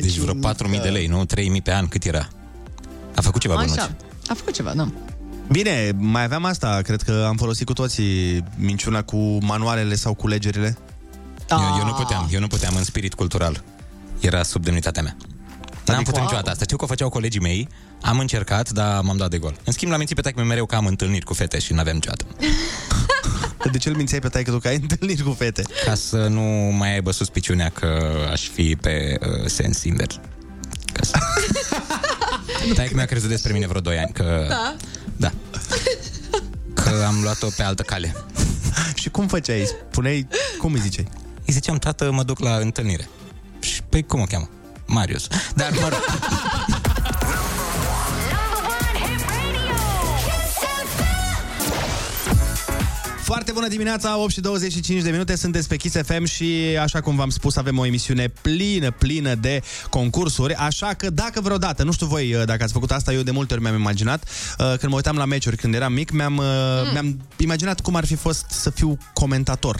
D: Deci vreo 4.000 de lei, nu? 3.000 pe an, cât era? A făcut ceva bănuț.
C: Așa, a făcut ceva, da.
B: Bine, mai aveam asta. Cred că am folosit cu toții minciuna cu manualele sau cu legerile.
D: Eu, eu nu puteam, eu nu puteam în spirit cultural. Era sub demnitatea mea. N-am putut niciodată asta. Știu că o făceau colegii mei, am încercat, dar m-am dat de gol. În schimb, l-am mințit pe taică mereu că am întâlnit cu fete și n-aveam niciodată.
B: De ce îl mințeai pe taică tu că ai întâlnit cu fete?
D: Ca să nu mai aibă suspiciunea că aș fi pe uh, sens invers. Ca să... Taică mi-a crezut despre mine vreo 2 ani că,
M: Da.
D: da. că am luat-o pe altă cale.
B: și cum făceai? Puneai, cum îi ziceai?
D: Îi ziceam, tată, mă duc la întâlnire. Și, păi, cum o cheamă? Marius. Dar, mă rog,
B: Foarte bună dimineața, 8 și 25 de minute, sunteți pe Kiss FM și, așa cum v-am spus, avem o emisiune plină, plină de concursuri, așa că dacă vreodată, nu știu voi uh, dacă ați făcut asta, eu de multe ori mi-am imaginat, uh, când mă uitam la meciuri când eram mic, mi-am, uh, mi-am imaginat cum ar fi fost să fiu comentator.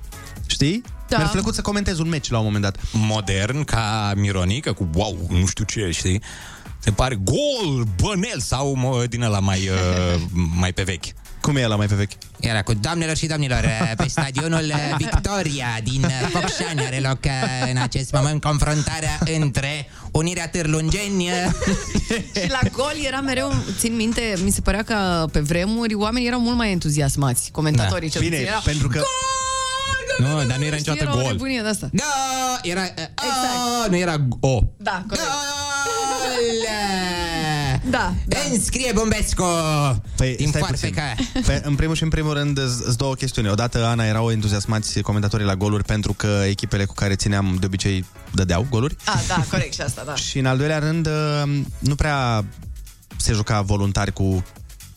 B: Știi?
D: Da.
B: Mi-ar fi plăcut să comentez un meci la un moment dat.
D: modern, ca mironică, cu wow, nu știu ce, știi? Se pare gol, bănel, sau mă, din ăla mai, uh, mai pe vechi.
B: Cum e la mai pe vechi?
O: Era cu doamnelor și domnilor, eh, pe stadionul eh, Victoria din eh, Focșani are loc eh, în acest moment confruntarea între Unirea Târlungeni eh,
C: Și la gol era mereu, țin minte, mi se părea că pe vremuri oamenii erau mult mai entuziasmați,
D: Da.
C: comentatorii cel puțin. Era,
B: că...
D: Nu, dar nu era niciodată
C: era o
D: gol.
C: nebunie de asta.
O: Da, era...
M: Eh,
C: Exact.
O: Nu era Oh. o.
C: Da, corect.
O: Da, da. Înscrie Bumbescu
B: Păi,
O: din
B: stai
O: foarte
B: puțin.
O: ca...
B: Pe, în primul și în primul rând sunt două chestiuni. Odată, Ana, erau entuziasmați comentatorii la goluri pentru că echipele cu care țineam de obicei dădeau goluri.
C: A, da, corect și asta, da.
B: Și în al doilea rând, uh, nu prea se juca voluntar cu,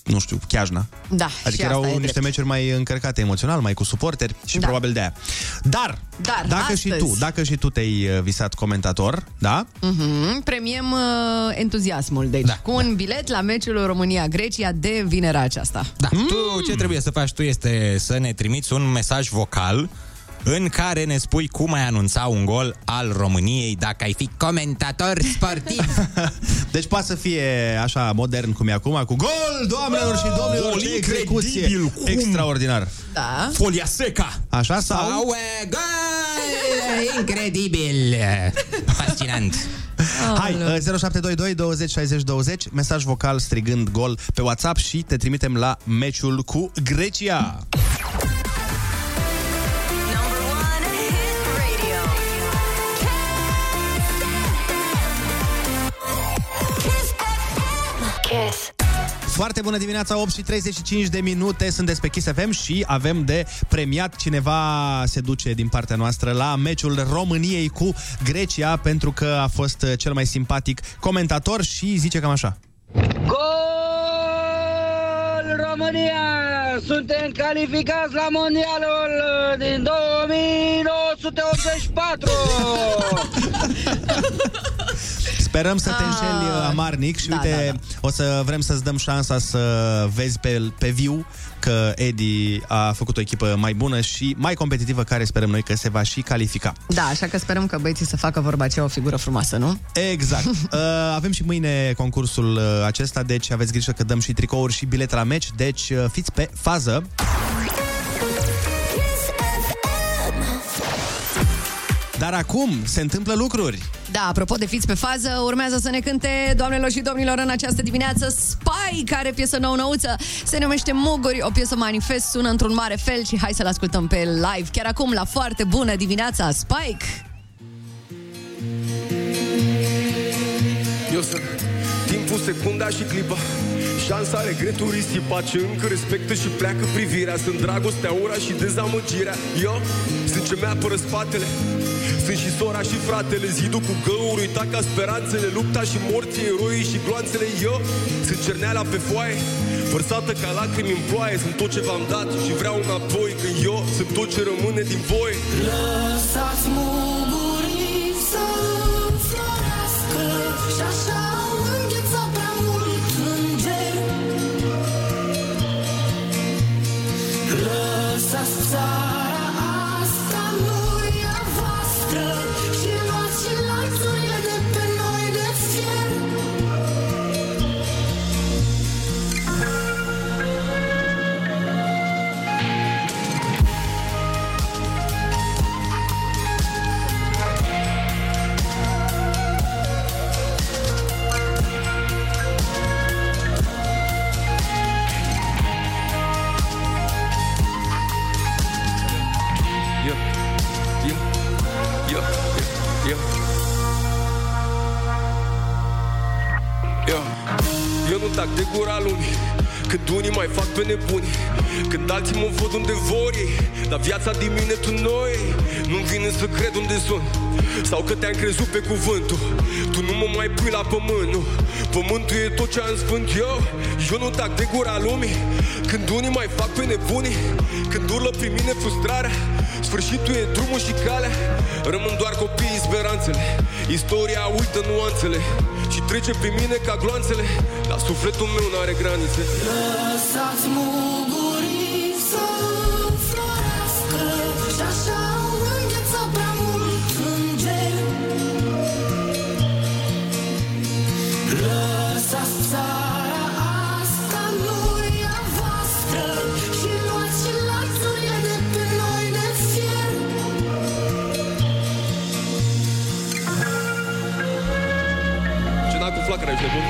B: nu știu, Chiajna.
C: Da, și
B: Adică erau
C: asta e
B: niște
C: drept.
B: meciuri mai încărcate emoțional, mai cu suporteri și
C: Da.
B: probabil de aia. Dar,
C: Dar
B: dacă
C: astăzi-
B: și tu, da. dacă și tu te-ai uh, visat comentator, da?
C: Mhm, Premiem uh, entuziasmul, deci, da, cu un bilet la meciul România-Grecia de vinerea aceasta.
D: Da. Mm. Tu ce trebuie să faci tu este să ne trimiți un mesaj vocal în care ne spui cum ai anunța un gol al României dacă ai fi comentator sportiv.
B: Deci poate să fie așa modern cum e acum, cu gol, doamnelor și domnilor,
D: Gol,
B: ce execuție!
D: incredibil, cum?
B: Extraordinar!
C: Da.
D: Folia seca!
B: Așa sau...
O: Sau e, gol! Incredibil! Fascinant!
B: Hai, uh, 0722 20 60 20, mesaj vocal strigând gol pe WhatsApp și te trimitem la meciul cu Grecia.
M: Kiss.
B: Foarte bună dimineața, 8 și 35 de minute, sunt pe Kiss FM și avem de premiat cineva se duce din partea noastră la meciul României cu Grecia pentru că a fost uh, cel mai simpatic comentator și zice cam așa.
P: Gol România! Suntem calificați la mondialul din 2984!
B: Sperăm să te înșeli uh, amarnic și da, uite, da, da. o să vrem să-ți dăm șansa să vezi pe, pe viu că Edi a făcut o echipă mai bună și mai competitivă care sperăm noi că se va și califica.
C: Da, așa că sperăm că băieții să facă vorba aceea o figură frumoasă, nu?
B: Exact. Uh, avem și mâine concursul uh, acesta, deci aveți grijă că dăm și tricouri și bilete la meci, deci uh, fiți pe fază. Dar acum se întâmplă lucruri.
C: Da, apropo de fiți pe fază, urmează să ne cânte doamnelor și domnilor în această dimineață Spy, care piesă nou-nouță se numește Muguri, o piesă manifest, sună într-un mare fel și hai să-l ascultăm pe live chiar acum la foarte bună dimineața Spike!
Q: Eu sunt timpul, secunda și clipa Șansa, regretul, risipa Ce încă respectă și pleacă privirea Sunt dragostea, ura și dezamăgirea Eu sunt ce mi-apără spatele Sunt și sora și fratele Zidul cu găuri, uita ca speranțele Lupta și morții, eroii și gloanțele Eu sunt cerneala pe foaie Vărsată ca lacrimi în ploaie Sunt tot ce v-am dat și vreau înapoi Când eu sunt tot ce rămâne din voi
M: Lăsați mugurii să înflorească Și așa îngheța prea mult înger Lăsați țara asta nu e a voastră Și luați și lanțurile de pe noi de fier
Q: Eu, eu, eu, eu, eu. Eu, eu nu tac de gura lumii Când unii mai fac pe nebuni Când alții mă văd unde vor ei Dar viața din mine tu noi Nu-mi vine să cred unde sunt Sau că te-am crezut pe cuvântul Tu nu mă mai pui la pământ nu. Pământul e tot ce am spânt eu Eu nu tac de gura lumii Când unii mai fac pe nebuni Când urlă prin mine frustrarea Sfârșitul e drumul și calea Rămân doar copiii speranțele Istoria uită nuanțele Și trece prin mine ca gloanțele Dar sufletul meu n-are granițe
M: Lăsați mugurii să înflorească Și așa îngheța prea mult înger Lăsați țara asta nu e a voastră
Q: flacăra, ești nebun?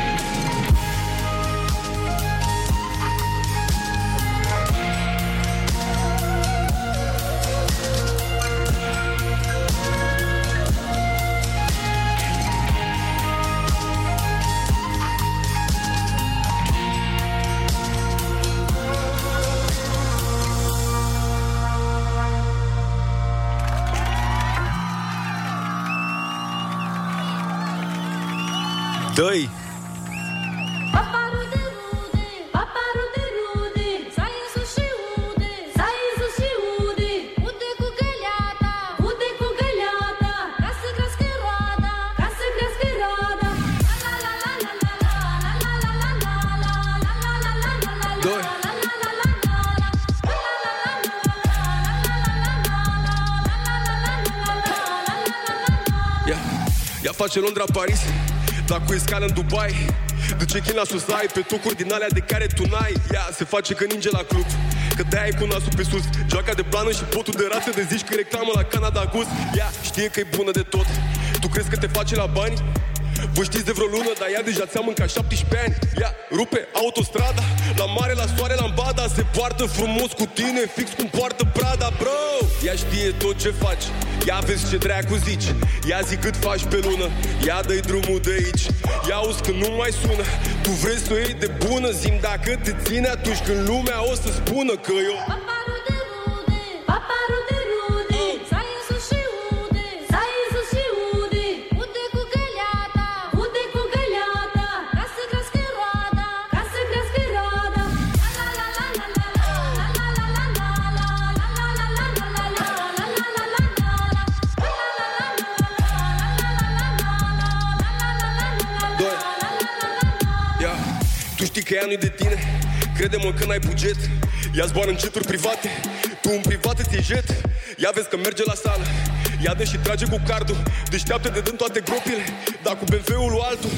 Q: Dă-i!
R: Paparul de rude, paparul de rude, s-a ieșit și ude, s-a ieșit și ude. Ude cu găleata, ude cu găleata, ca să crească roada, ca să crească roada. La, la, la, la, la, la, la, la, la, la, la, la, la, la, la, la, la, la, la.
Q: Doi. Ea, ea face Londra, Paris Dar cu escală în Dubai Duce China sus ai pe tocuri din alea de care tu n-ai Ea se face că ninge la club Că de e cu nasul pe sus Joaca de plană și potul de rață De zici că reclamă la Canada Goose Ea știe că e bună de tot Tu crezi că te face la bani? Vă știți de vreo lună, dar ea deja ți-a mâncat 17 ani Ea rupe autostrada La mare, la soare, la ambada Se poartă frumos cu tine, fix cum poartă Prada, bro Ea știe tot ce faci Ia vezi ce dracu zici Ia zi cât faci pe lună Ia dă-i drumul de aici Ia auzi că nu mai sună Tu vrei să o iei de bună Zim dacă te ține atunci când lumea o să spună Că eu
R: Paparul de rude, paparul de rude, s-a ieșit și ude, s-a ieșit și ude. Ude cu găleata, ude cu găleata, ca să crească roada, ca să crească roada. La, la, la, la, la, la, la, la, la, la, la, la, la, la, la, la, la, la, la, la, la, la, la, la.
Q: Doi. Ia, tu știi că ea nu-i de tine Crede-mă că n-ai buget Ea zboară în jeturi private Tu în privat îți iei jet Ia vezi că merge la sală Ia dă și trage cu cardul Deșteaptă de dând toate gropile Dar cu BMW-ul lui altul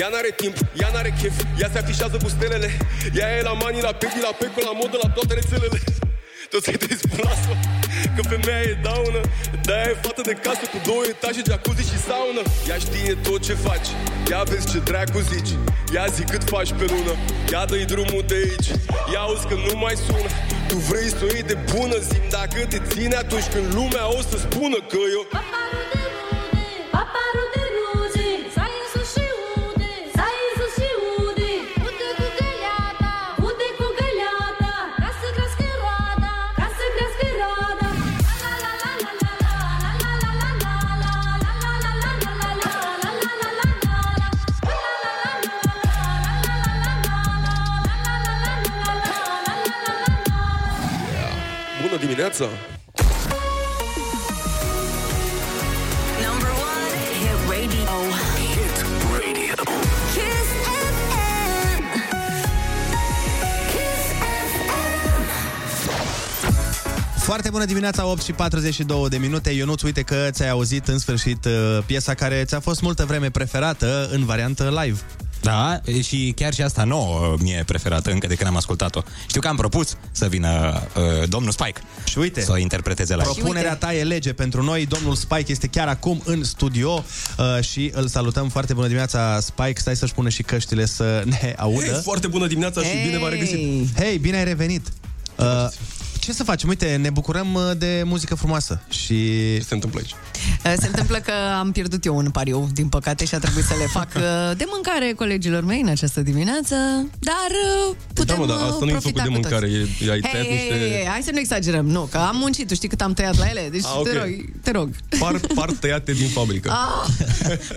Q: Ea n-are timp, ea n-are chef Ea se afișează cu stelele Ea e la mani, la pedi, la peco, la modă, la toate rețelele tot să-i trebuie spun lasă Că femeia e daună de e fată de casă cu două etaje, jacuzzi și saună Ea știe tot ce faci Ia vezi ce dracu zici Ia zi cât faci pe lună Ia dă-i drumul de aici Ia auzi că nu mai sună Tu vrei să o iei de bună Zim dacă te ține atunci când lumea o să spună Că eu
R: Paparul de rude, s-a ieșit și ude, s-a ieșit și ude. Ude cu găleata, ude cu găleata, ca să crească roada, ca să crească roada. La, la, la, la, la, la, la, la, la, la, la, la, la, la, la, la, la, la, la, la, la, la.
Q: Bună dimineața!
R: Number one hit radio. Hit radio. Kiss FM. Kiss FM.
B: Foarte bună dimineața, 8 și 42 de minute. Ionuț, uite că ți-ai auzit în sfârșit uh, piesa care ți-a fost multă vreme preferată în variantă live.
D: Da, și chiar și asta nouă uh, mie e preferată încă de când am ascultat-o. Știu că am propus să vină uh, domnul Spike
B: și uite,
D: să o interpreteze la
B: Propunerea ta e lege pentru noi. Domnul Spike este chiar acum în studio uh, și îl salutăm. Foarte bună dimineața, Spike. Stai să-și pună și căștile să ne audă.
Q: Hei, foarte bună dimineața și bine v-a regăsit
B: Hei, bine ai revenit! Uh, ce să facem? Uite, ne bucurăm uh, de muzică frumoasă și... Ce
Q: se întâmplă aici?
C: Uh, Se întâmplă că am pierdut eu un pariu, din păcate, și a trebuit să le fac uh, de mâncare colegilor mei în această dimineață, dar uh, putem uh,
Q: da, mă, dar asta nu e
C: profita
Q: făcut de
C: cu toți.
Q: mâncare, e- ai
C: Hei,
Q: tăiat
C: hei,
Q: niște-
C: hei, hei, hai să nu exagerăm, nu, că am muncit, tu știi cât am tăiat la ele, deci
Q: Ah, ok.
C: te rog, te rog.
Q: Par, par tăiate din fabrică
C: Ah,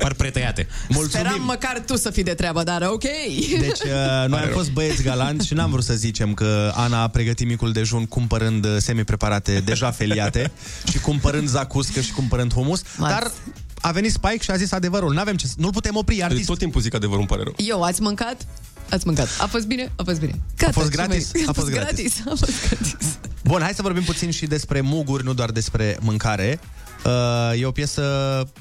D: Par pretăiate
C: speram măcar tu să fii de treabă, dar ok.
B: Deci, uh, noi am fost băieți galanți și n-am vrut să zicem că Ana a pregătit micul dejun cumpărând uh, semi-preparate deja feliate și cumpărând zacuscă și cumpărând humus, dar a venit Spike și a zis adevărul. N-avem ce să- Nu-l putem opri, artist.
Q: Tot timpul zic adevărul, îmi pare rău
C: Eu, ați mâncat? Ați mâncat. A fost bine? A fost bine. Gata,
B: A fost
C: și
B: gratis?
C: mai-
B: A fost gratis.
C: A fost gratis.
B: Bun, hai să vorbim puțin și despre muguri, nu doar despre mâncare. Uh, e o piesă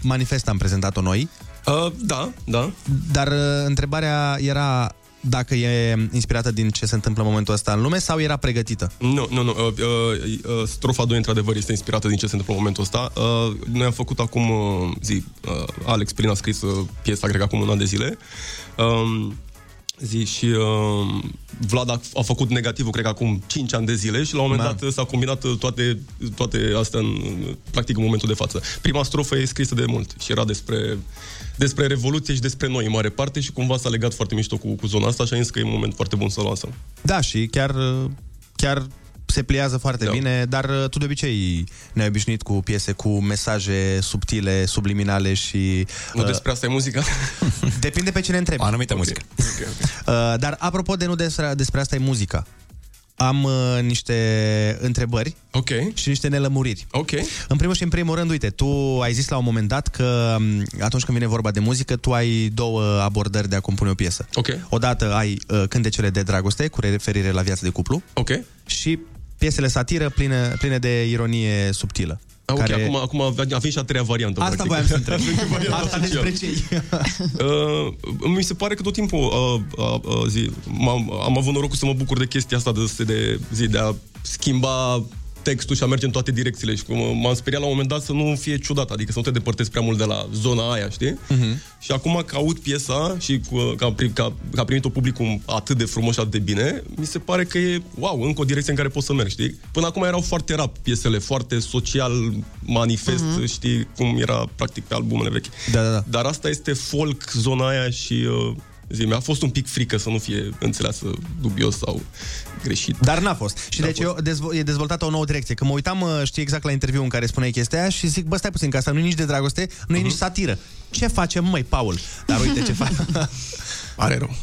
B: manifest, am prezentat-o noi.
Q: Uh, da, da.
B: Dar uh, întrebarea era dacă e inspirată din ce se întâmplă în momentul ăsta în lume sau era pregătită?
S: Nu, nu, nu. Uh, uh, uh, Strofa 2, într-adevăr, este inspirată din ce se întâmplă în momentul ăsta. Uh, Noi am făcut acum, uh, zi, uh, Alex Prin a scris uh, piesa, cred că acum un an de zile. Um, Zi, și uh, Vlad a, a făcut negativul, cred că acum 5 ani de zile și la un moment
B: Da.
S: dat uh, s-a combinat uh, toate, toate astea în, practic în momentul de față. Prima strofă e scrisă de mult și era despre, despre Revoluție și despre noi în mare parte și cumva s-a legat foarte mișto cu, cu zona asta și am zis că e un moment foarte bun să-l lansăm.
B: Da, și chiar, chiar se pliază foarte da. bine, dar uh, tu de obicei ne-ai obișnuit cu piese cu mesaje subtile, subliminale și... uh,
S: Nu despre asta e muzica?
B: Depinde pe cine întrebi. O anumită okay. muzică.
S: Okay, okay.
B: Uh, dar apropo de nu despre, despre asta e muzica. Am uh, niște întrebări
S: okay.
B: și niște nelămuriri.
S: Okay.
B: În primul și în primul rând, uite, tu ai zis la un moment dat că m, atunci când vine vorba de muzică, tu ai două abordări de a compune o piesă.
S: Okay.
B: Odată ai uh, cântecele de dragoste cu referire la viața de cuplu
S: okay.
B: și piesele satiră pline, pline de ironie subtilă.
S: Ah, okay, care... acum, acum avem și a treia variantă.
B: Asta
S: practic.
B: voiam să întreb.
S: Avem și varianta
B: Asta
S: oficială.
B: despre cei.
S: Uh, mi se pare că tot timpul uh, uh, uh, zi, am am avut norocul să mă bucur de chestia asta de, de, zi, de a schimba textul și a merge în toate direcțiile și cum uh, m-am speriat la un moment dat să nu fie ciudat, adică să nu te depărtezi prea mult de la zona aia, știi?
M: Mhm.
S: Și acum că aud piesa și cu, că, a, pri- că, a- că a primit-o publicul atât de frumos și atât de bine, mi se pare că e, wow, încă o direcție în care poți să mergi, știi? Până acum erau foarte rap piesele, foarte social manifest,
B: Mhm.
S: mm-hmm. știi, cum era practic pe albumele vechi.
B: Da, da, da.
S: Dar asta este folk, zona aia și... Uh, zi, mi-a fost un pic frică să nu fie înțeleasă dubios sau greșit.
B: Dar n-a fost. Și
S: Da,
B: deci eu dezvo- e dezvoltată o nouă direcție. Că mă uitam, uh, știi exact la interviu în care spuneai chestia aia și zic, bă, stai puțin, că asta nu e nici de dragoste, nu e
S: Mhm.
B: nici satiră. Ce facem, măi, Paul? Dar uite ce faci.
S: Pare rău.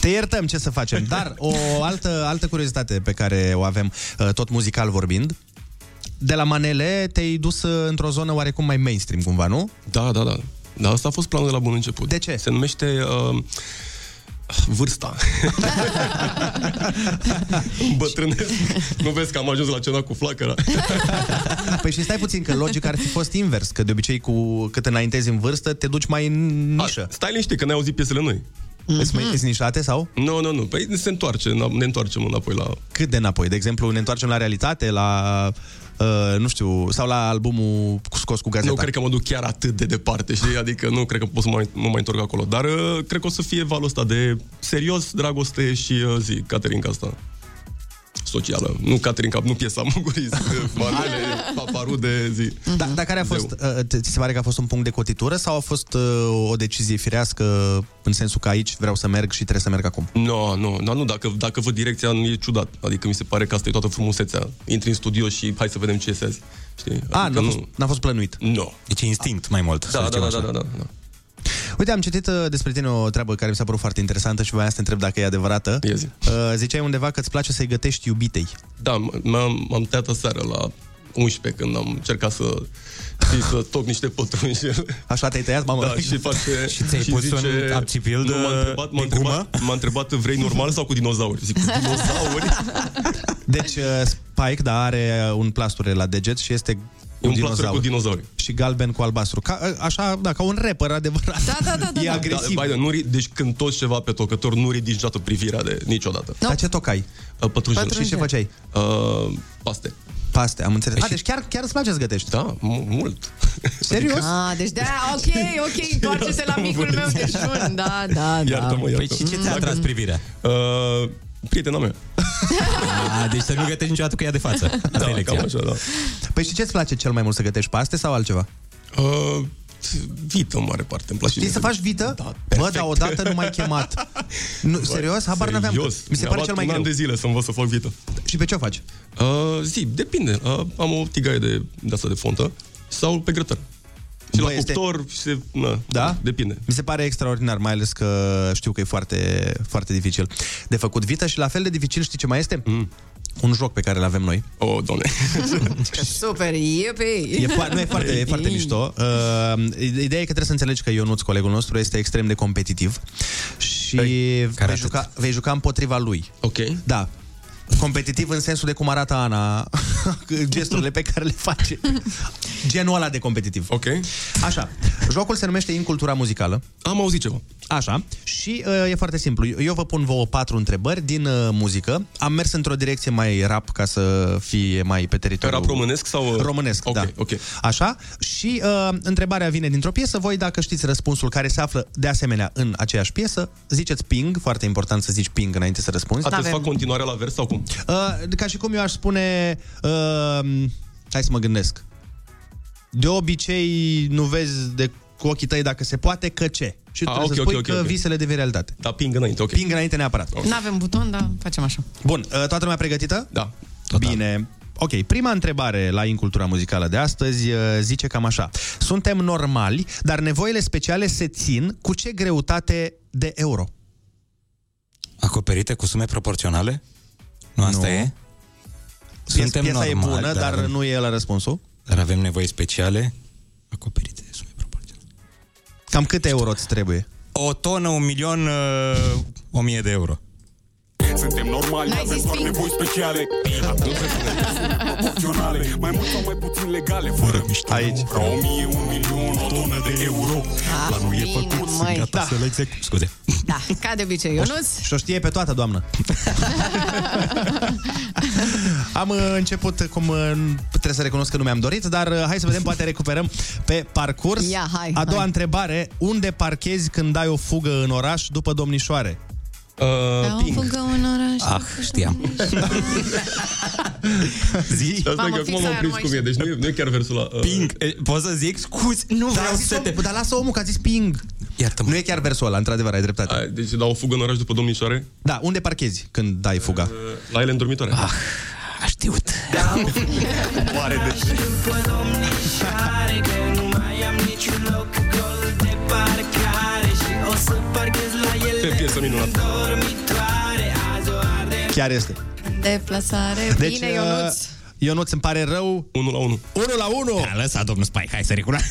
B: Te iertăm ce să facem, dar o altă, altă curiozitate pe care o avem, uh, tot muzical vorbind, de la manele te-ai dus uh, într-o zonă oarecum mai mainstream cumva, nu?
S: Da, da, da. Da, asta a fost planul de la bun început. De ce? Se numește uh, vârsta. Bătrânesc. nu vezi că am ajuns la cena cu flacăra.
B: Păi și stai puțin, că logic ar fi fost invers, că de obicei cu cât înaintezi în vârstă, te duci mai în nișă.
S: Stai liniște, că n-ai auzit piesele noi.
B: Mm-hmm. Îți mai ești nișate sau?
S: Nu, nu, nu. Păi se întoarce, na- ne întoarcem înapoi la...
B: Cât de înapoi? De exemplu, ne întoarcem la realitate, la... Uh, nu știu, sau la albumul cu- scos cu gazeta.
S: Nu cred că mă duc chiar atât de departe, știi? Adică nu cred că pot să mă mai, mă mai întorc acolo. Dar uh, cred că o să fie valul ăsta de serios, dragoste și uh, zi, Caterinca asta socială. Nu Caterinca, nu piesa Mugurii, Manele, Paparude, zi.
B: Da, dar care a fost, uh, te- ți se pare că a fost un punct de cotitură sau a fost uh, o decizie firească în sensul că aici vreau să merg și trebuie să merg acum?
S: Nu, nu, dar nu, dacă, dacă văd direcția, nu e ciudat. Adică mi se pare că asta e toată frumusețea. Intri în studio și hai să vedem ce iese azi. Știi? Adică
B: A, Ah, n-a fost, n-a fost plănuit.
S: Nu.
D: Deci e instinct mai mult.
S: Da, da, da, da, da, da,
B: Uite, am citit uh, despre tine o treabă care mi s-a părut foarte interesantă și voiam să te întreb dacă e adevărată. Uh, ziceai undeva că îți place să-i gătești iubitei.
S: Da, m- m-am, m-am tăiat aseară la 11 când am încercat să știi, să toc niște pătrunjele.
B: Așa te-ai tăiat, mamă?
S: Da, și face...
D: Și ți-ai pus un apcipil
S: nu, m-a
D: de-
S: întrebat, m-a,
D: de gumă?
S: întrebat, m-a întrebat, vrei normal sau cu dinozauri? Zic, cu dinozauri?
B: Deci, uh, Spike, da, are un plasture la deget și este
S: un plasture cu dinozauri.
B: Și galben cu albastru. Ca, uh, așa, da, ca un rapper adevărat.
C: Da, da, da, da,
B: E
C: da.
B: agresiv.
S: Da, Biden, nu, ri- deci când toți ceva pe tocător, nu ridici niciodată privirea de niciodată.
B: Dar Da, ce tocai?
S: Pătrunjel.
B: Pătrunjel. Și ce făceai?
S: Uh, paste.
B: Paste, am înțeles. A, deci chiar, chiar îți place să gătești?
S: Da, mult.
B: Serios?
C: Ah, deci da, ok, ok, întoarce-te la micul meu Dejun. Da, da, da.
S: Iartă-mă, iartă-mă.
D: Păi și ce ți-a atras privirea?
S: Uh, prietena mea.
D: A, deci să nu gătești niciodată cu ea de față. Asta
S: Da,
D: e lecția.
S: cam așa, da.
B: Păi și ce-ți place cel mai mult să gătești? Paste sau altceva?
S: Uh, vită, în mare parte, îmi place.
B: Știi să faci vită? Da, Bă, dar odată nu m-ai chemat. Nu, serios? Habar n-aveam. Mi se
S: Mi-a
B: pare
S: luat
B: cel mai
S: un
B: greu.
S: an de zile să învăț să fac vită.
B: Și pe ce o faci?
S: Uh, zi, depinde. Uh, am o tigaie de, de asta de fontă sau pe grătar. Și la
B: este-
S: cuptor și se... Na,
B: Da?
S: Depinde.
B: Mi se pare extraordinar, mai ales că știu că e foarte, foarte dificil de făcut vită și la fel de dificil știi ce mai este? Mm. Un joc pe care îl avem noi.
S: Oh, doamne.
C: Super, iepi.
B: Mm. E fo- nu, e foarte, e foarte mișto. Uh, ideea e că trebuie să înțelegi că Ionuț, colegul nostru, este extrem de competitiv și vei juca, vei juca împotriva lui.
S: Ok.
B: Da. Competitiv în sensul de cum arată Ana, gesturile pe care le face. Genul ăla de competitiv.
S: Ok.
B: Așa. Jocul se numește Incultura muzicală.
S: Am auzit ceva.
B: Așa. Și uh, e foarte simplu. Eu eu vă pun vouă patru întrebări din uh, muzică. Am mers într-o direcție mai rap ca să fie mai pe teritoriul...
S: Rap românesc sau... uh,
B: Românesc, okay, da.
S: Ok,
B: Așa? Și uh, întrebarea vine dintr-o piesă. Voi, dacă știți răspunsul care se află de asemenea în aceeași piesă, ziceți ping. Foarte important să zici ping înainte să răspunzi.
S: Atunci fac continuare la vers sau cum?
B: Uh, ca și cum eu aș spune... Uh, hai să mă gândesc. De obicei nu vezi de cu ochii tăi dacă se poate, că ce? Și tu
S: Ah,
B: trebuie
S: ok,
B: să spui
S: ok, ok,
B: că
S: ok.
B: visele devin realitate.
S: Da, ping înainte, ok.
B: Ping înainte neapărat.
C: Nu avem buton, dar facem așa.
B: Bun, uh, toată lumea pregătită?
S: Da.
B: Bine. Ok, prima întrebare la Incultura Muzicală de astăzi uh, zice cam așa. Suntem normali, dar nevoile speciale se țin cu ce greutate de euro?
D: Acoperite cu sume proporționale? Nu
B: Nu.
D: asta e?
B: Suntem piesa e bună, dar nu e la răspunsul.
D: Dar avem nevoi speciale?
B: Cam câte euro îți trebuie?
D: O tonă, un milion, uh, o mie de euro.
R: Suntem normali, avem doar nevoi speciale Atunci suntem proporționale Mai mult sau mai puțin legale, fără mișto Aici Ca o mie, un milion, o tonă de euro
B: Da.
R: Planul e făcut, sunt
C: măi.
R: gata
C: Da.
R: să-l execut Scuze
C: Da, ca de obicei, Ionuț.
B: Și o știe pe toată, doamnă. Am uh, început cum uh, trebuie să recunosc că nu mi-am dorit, dar uh, hai să vedem, poate recuperăm pe parcurs.
C: Ia, hai,
B: A doua
C: hai.
B: întrebare, unde parchezi când ai o fugă în oraș după domnișoare? Uh,
C: Am Da, fugă un oraș.
B: Ah,
D: știam.
S: Zi. Asta e
C: Mamă,
S: că acum
C: fix
S: m-am
C: aia
S: prins
C: numai
S: cum e, deci nu e, nu e chiar versul ăla. Uh,
D: Ping. E, poți să zic? Scuzi, nu
B: Dar
D: vreau
B: a zis
D: să te...
B: omul, Dar lasă omul că a zis ping.
D: Iartă-mă.
B: Nu e chiar versul ăla, într-adevăr, ai dreptate.
S: Ai, deci dau o fugă în oraș după domnișoare?
B: Da, unde parchezi când dai fuga?
S: La ele în dormitoare. Ah,
D: a știut.
S: Mare de
R: Pe piesă minunată
B: Chiar este.
C: Deplasare. Deci, Bine, Ionuț.
B: uh, Ionuț, îmi pare rău.
S: 1 la 1.
B: 1 la 1!
D: A lăsat domnul Spike, hai să recunosc.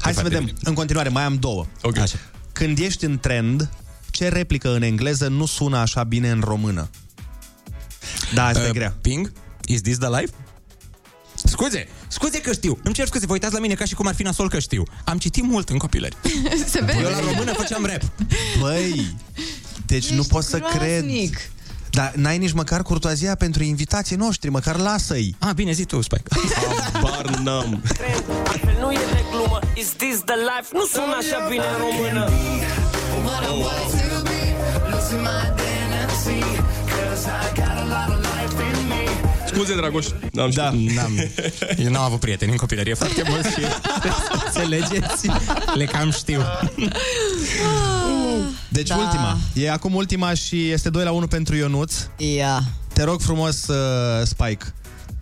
B: Hai să vedem. În continuare, mai am două.
S: Ok.
D: Așa.
B: Când ești în trend, ce replică în engleză nu sună așa bine în română? Da, asta e grea.
D: Uh, Ping? Is this the life? Scuze, scuze că știu. Îmi cer scuze, vă uitați la mine ca și cum ar fi nasol că știu. Am citit mult în copilări.
C: Se vede.
D: Eu la română făceam rap.
B: Băi, deci nu pot să cred. Dar n-ai nici măcar curtoazia pentru invitații noștri, măcar lasă-i.
D: Ah, bine, zi tu, Spike.
S: Bar n-am.
T: Nu e de glumă, is this the life? Nu sună așa bine în română
S: Scuze, Dragoș. N-am
D: da, n-am. Eu n-am avut prieteni în copilărie foarte mulți și înțelegeți. Le cam știu.
B: Deci
C: Da.
B: ultima. E acum ultima și este 2 la 1 pentru Ionuț.
C: Ia.
B: Te rog frumos, uh, Spike.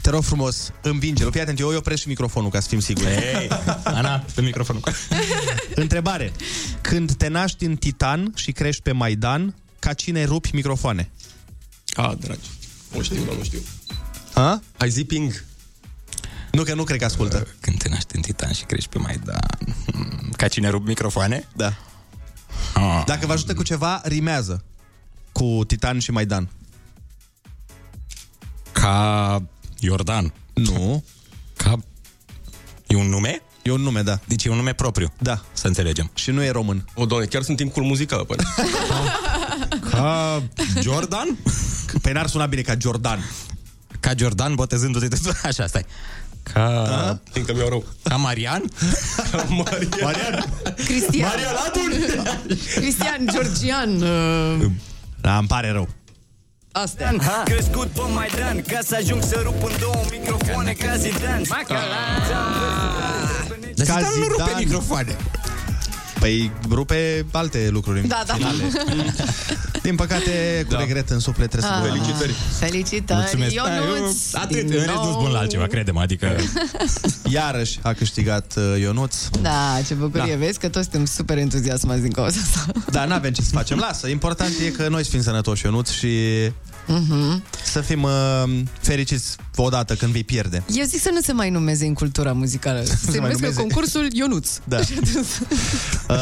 B: Te rog frumos, învinge-l. Fii atent, eu îi opresc și microfonul ca să fim siguri.
D: Ei, Ana, pe microfonul.
B: Întrebare. Când te naști în Titan și crești pe Maidan, ca cine rupi microfoane?
S: A, dragi. O știu, dar nu știu.
B: Ha?
S: Ai zi ping.
B: Nu, că nu cred că ascultă.
D: Când te naști în Titan și crești pe Maidan. Hmm, Ca cine rup microfoane? Ah.
B: Da. Dacă vă ajută cu ceva, rimează. Cu Titan și Maidan.
D: Ca Iordan.
B: Nu.
D: Ca... E un nume?
B: E un nume, da.
D: Deci e un nume propriu.
B: Da.
D: Să înțelegem.
B: Și nu e român.
S: O, doamne, chiar sunt timpul păi. muzical, pare.
D: Ca Jordan?
B: Păi n-ar suna bine ca Jordan.
D: Ca Jordan botezându-te de Așa, stai. Ca...
S: Fiindcă mi-au rău.
D: Ca Marian?
S: Marian. Marian.
C: Cristian. Cristian, Georgian. uh,
B: Da, îmi pare rău.
C: Astea.
A: Crescut pe Maidan Ca să ajung să rup în două microfoane ca Zidane
T: Da.
D: Dar
B: Ca
D: Zidane nu rupe
B: Zidane.
D: microfoane.
B: Păi rupe alte lucruri în
C: Da, da.
B: finale. Din păcate, cu da. regret în suflet trebuie să...
S: Felicitări.
C: Felicitări, Ah. Da, Ionuț.
D: Da, eu- Atât,
C: din
D: în rest nu-s bun la altceva, credem, adică...
B: Iarăși a câștigat uh, Ionuț.
C: Da, ce bucurie,
B: Da.
C: vezi că toți suntem super entuziasmați din cauza asta.
B: Dar Da, n-avem ce să facem. Lasă, important e că noi să fim sănătoși, Ionuț, și
C: Mhm.
B: să fim uh, fericiți odată când vei pierde.
C: Eu zic să nu se mai numeze în cultura muzicală. Să se
B: mai
C: numesc
B: numeze.
C: concursul Ionuț.
B: Da. Uh,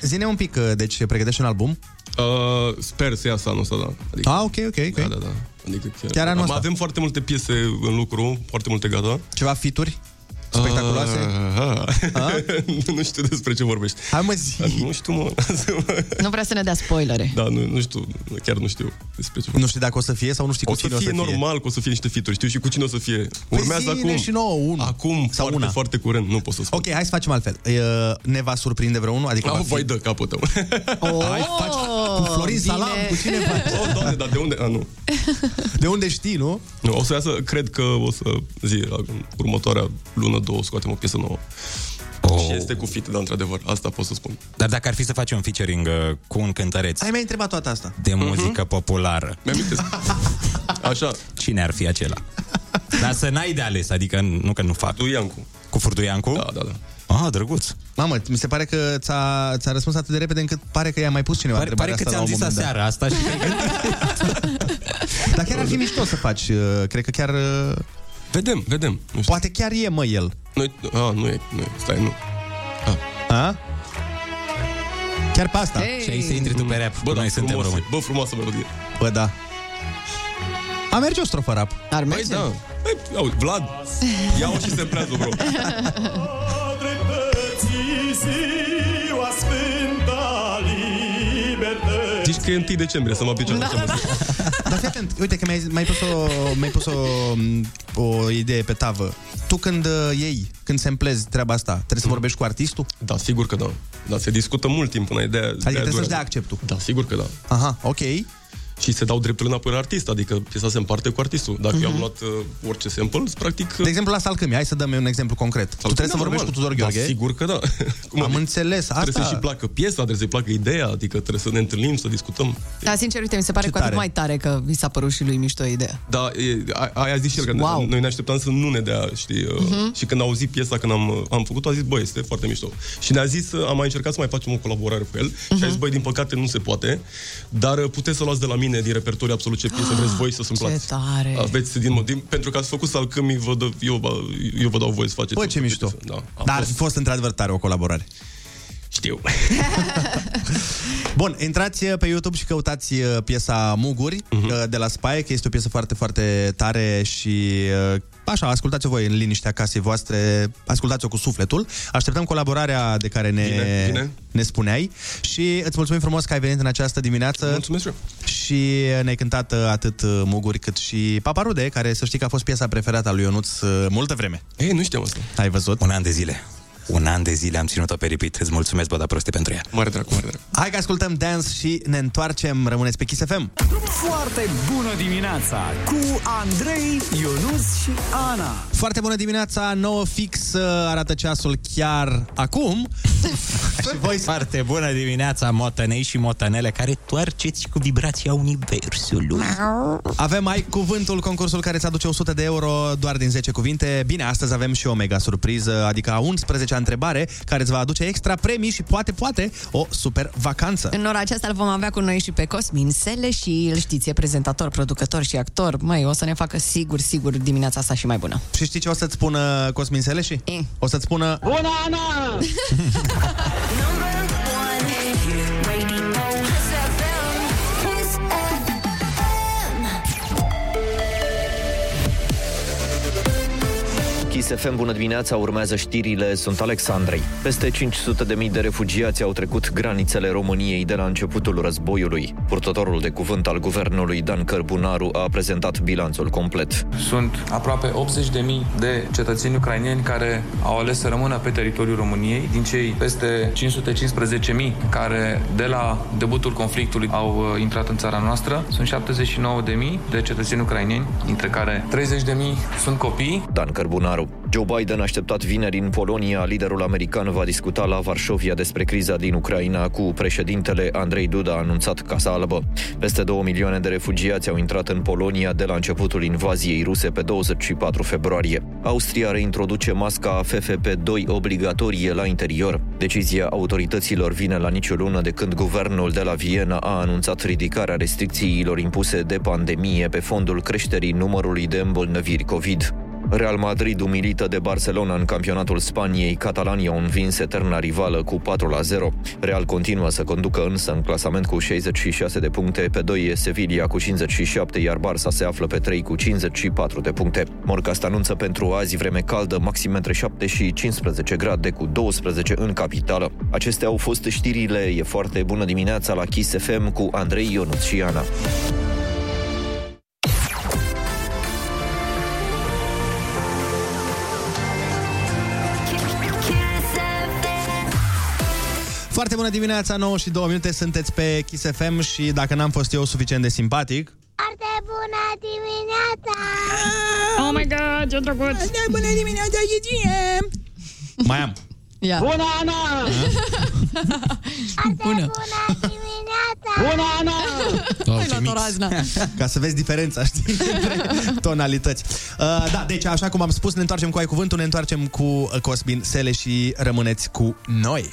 B: zine un pic, uh, deci pregătești un album?
S: Uh, sper să iasă anul ăsta, da. Adică,
B: Ah, ok, ok, ok.
S: da, da, da. Adică chiar,
B: Chiar anul
S: am,
B: ăsta.
S: avem foarte multe piese în lucru, foarte multe gata. Ah.
B: Ceva fituri? Spectaculoase?
S: nu știu despre ce vorbești.
B: Hai mă zi.
S: Nu știu, mă.
C: Nu vrea să ne dea spoilere.
S: da, nu, nu știu, chiar nu știu despre ce
B: Nu știi dacă o să fie sau nu știi
S: o
B: cu
S: să
B: cine
S: fie,
B: o să fie?
S: normal că o să fie niște fituri. Știu și cu cine o să fie.
B: Păi
S: Urmează
B: zine
S: acum.
B: și nouă, unul.
S: Acum, sau foarte,
B: una.
S: foarte curând, nu pot să spun.
B: Ok, hai să facem altfel. E, Ne va surprinde vreunul? Adică
S: Au,
B: va fi...
S: vai dă capul tău.
B: Oh, hai, faci cu Florin
S: bine.
B: Salam, cu cine faci?
S: O, doamne, dar de unde? A, nu.
B: De unde știi, nu?
S: Nu, o să iasă, cred că o să zi, la următoarea lună, două, scoatem o piesă nouă. Oh. Și este cu fit, dar într-adevăr, asta pot să spun.
D: Dar dacă ar fi să faci un featuring uh, cu un cântăreț
B: Ai mai întrebat toată asta.
D: de muzică populară.
S: Așa.
D: Cine ar fi acela? Dar să n-ai de ales, adică nu că nu fac.
S: Furduiancu.
D: Cu Furduiancu? Da,
S: da, da.
D: Ah, drăguț.
B: Mamă, mi se pare că ți-a, ți-a răspuns atât de repede încât pare că i-a mai pus cineva
D: Pare, pare
B: întrebarea
D: că
B: asta
D: ți-am zis aseară asta și
B: Dar chiar ar fi mișto să faci, uh, cred că chiar... uh,
S: Vedem, vedem. Nu știu.
B: Poate chiar e, mă, el.
S: Noi, uh, a, nu e, nu e, stai, nu.
B: A? Chiar pe asta.
D: Și aici se intri tu pe rap.
S: Bă,
D: Noi
S: da,
D: suntem
S: frumoasă,
D: români.
S: bă, frumoasă melodie.
B: Bă, da. A merge o strofă rap.
C: Ar
S: Păi da. Păi, auzi, Vlad, ia-o și semprează, bro.
M: ziua sfântă a libertății.
S: Zici că e 1 decembrie, să mă aplice da, da, da.
B: Dar fii atent, uite că mi-ai, mi-ai pus, o, mi-ai pus o, o idee pe tavă. Tu când uh, iei, când se împlezi treaba asta, trebuie să vorbești cu artistul?
S: Mm. Da, sigur că da. Da, se discută mult timp până ideea. Adică
B: trebuie să-și dea acceptul.
S: Da, sigur că da.
B: Aha, ok.
S: Și se dau dreptul înapoi la artist, adică piesa se împarte cu artistul. Dacă
B: Mhm.
S: eu am luat uh, orice sample, practic...
B: De exemplu, la Salcâmii, hai să dăm un exemplu concret. tu Deci, trebuie să
S: Da,
B: vorbești
S: normal.
B: cu Tudor Gheorghe.
S: Da, sigur că da. Cum
B: Am înțeles asta.
S: Trebuie să-i și placă piesa, trebuie să-i placă ideea, adică trebuie să ne întâlnim, să discutăm.
C: Dar Da, sincer, uite, mi se pare
S: Ce
C: cu atât
S: tare.
C: mai tare că mi s-a părut și lui mișto ideea.
S: Da, e, a- aia a zis și el, că wow. noi ne așteptam să nu ne dea, știi?
C: Mhm.
S: Uh-huh. Și când a auzit piesa, când am, uh, am făcut-o, a zis, băi, este foarte mișto. Și ne-a zis, uh, am mai încercat să mai facem o colaborare cu el uh-huh.
B: Mhm.
S: și a zis, băi, din păcate nu se poate, dar uh, puteți să luați de la mine din repertoriu absolut ce
B: Ah,
S: piesă vreți voi să sunt
C: Ce
S: plați.
C: tare!
S: Aveți din motiv, pentru că ați făcut salcâmii, vă dă, eu, vă- eu vă dau voie să faceți.
B: Bă, ce mișto!
S: Da, a
B: Dar ar
S: fost-
B: fi fost într-adevăr tare o colaborare.
S: Știu.
B: Bun, intrați eh, pe YouTube și căutați uh, piesa Muguri
S: Mhm.
B: uh de la Spike. Este o piesă foarte, foarte tare și uh, așa, ascultați-o voi în liniștea casei voastre, ascultați-o cu sufletul. Așteptăm colaborarea de care ne,
S: Bine, bine.
B: ne spuneai și îți mulțumim frumos că ai venit în această dimineață.
S: Mulțumesc eu.
B: Și ne-ai cântat uh, atât uh, Muguri cât și Paparude, care să știi că a fost piesa preferată a lui Ionuț uh, multă vreme.
S: Ei, nu știam asta.
B: Ai văzut?
D: Un an de zile. Un an de zile am ținut-o pe repeat. Îți mulțumesc, bă, da proste pentru ea.
S: Mare drag, mare drag.
B: Hai că ascultăm Dance și ne întoarcem. Rămâneți pe Kiss FM.
A: Foarte bună dimineața cu Andrei, Ionus și Ana.
B: Foarte bună dimineața, 9 fix uh, arată ceasul chiar acum.
D: Și voi foarte bună dimineața, motănei și motanele care toarceți cu vibrația universului.
B: Avem ai cuvântul, concursul care îți aduce 100 de euro doar din 10 cuvinte. Bine, astăzi avem și o mega surpriză, adică a 11-a întrebare care îți va aduce extra premii și poate, poate, o super vacanță.
C: În ora aceasta îl vom avea cu noi și pe Cosmin Sele și îl știți, e prezentator, producător și actor. Măi, o să ne facă sigur, sigur dimineața asta și mai bună.
B: Și știi ce o să-ți spună Cosmin Seleși? O să-ți spună...
M: Bună, Ana!
E: Kiss FM, bună dimineața, urmează știrile, sunt Alexandrei. Peste 500 de mii de refugiați au trecut granițele României de la începutul războiului. Purtătorul de cuvânt al guvernului Dan Cărbunaru a prezentat bilanțul complet.
F: Sunt aproape 80.000 de cetățeni ucraineni care au ales să rămână pe teritoriul României, din cei peste 515.000 care de la debutul conflictului au uh, intrat în țara noastră. Sunt 79.000 de cetățeni ucraineni, dintre care 30.000 sunt copii.
E: Dan Cărbunaru. Joe Biden așteptat vineri în Polonia, liderul american va discuta la Varșovia despre criza din Ucraina cu președintele Andrei Duda a anunțat Casa Albă. Peste 2 milioane de refugiați au intrat în Polonia de la începutul invaziei ruse pe 24 februarie. Austria reintroduce masca FFP2 obligatorie la interior. Decizia autorităților vine la nicio lună de când guvernul de la Viena a anunțat ridicarea restricțiilor impuse de pandemie pe fondul creșterii numărului de îmbolnăviri COVID. Real Madrid umilită de Barcelona în campionatul Spaniei, Catalanii au învins eterna rivală cu 4 la 0. Real continuă să conducă însă în clasament cu 66 de puncte, pe 2 e Sevilla cu 57, iar Barça se află pe 3 cu 54 de puncte. Morcast anunță pentru azi vreme caldă, maxim între 7 și 15 grade cu 12 în capitală. Acestea au fost știrile, e foarte bună dimineața la Kiss FM cu Andrei Ionuț și Ana.
B: Foarte bună dimineața, 9 și 2 minute, sunteți pe Kiss FM și dacă n-am fost eu suficient de simpatic,
M: Foarte bună dimineața! Oh my god, ce drăguț! Bună dimineața, Gigi!
B: mai am.
C: Ia.
M: Bună, Ana!
B: Bună!
M: Bună, Ana!
C: Ai luat o razna.
B: Ca să vezi diferența, știi, între tonalități. Uh, da, deci așa cum am spus, ne întoarcem cu Ai Cuvântul, ne întoarcem cu uh, Cosmin Sele și rămâneți cu noi.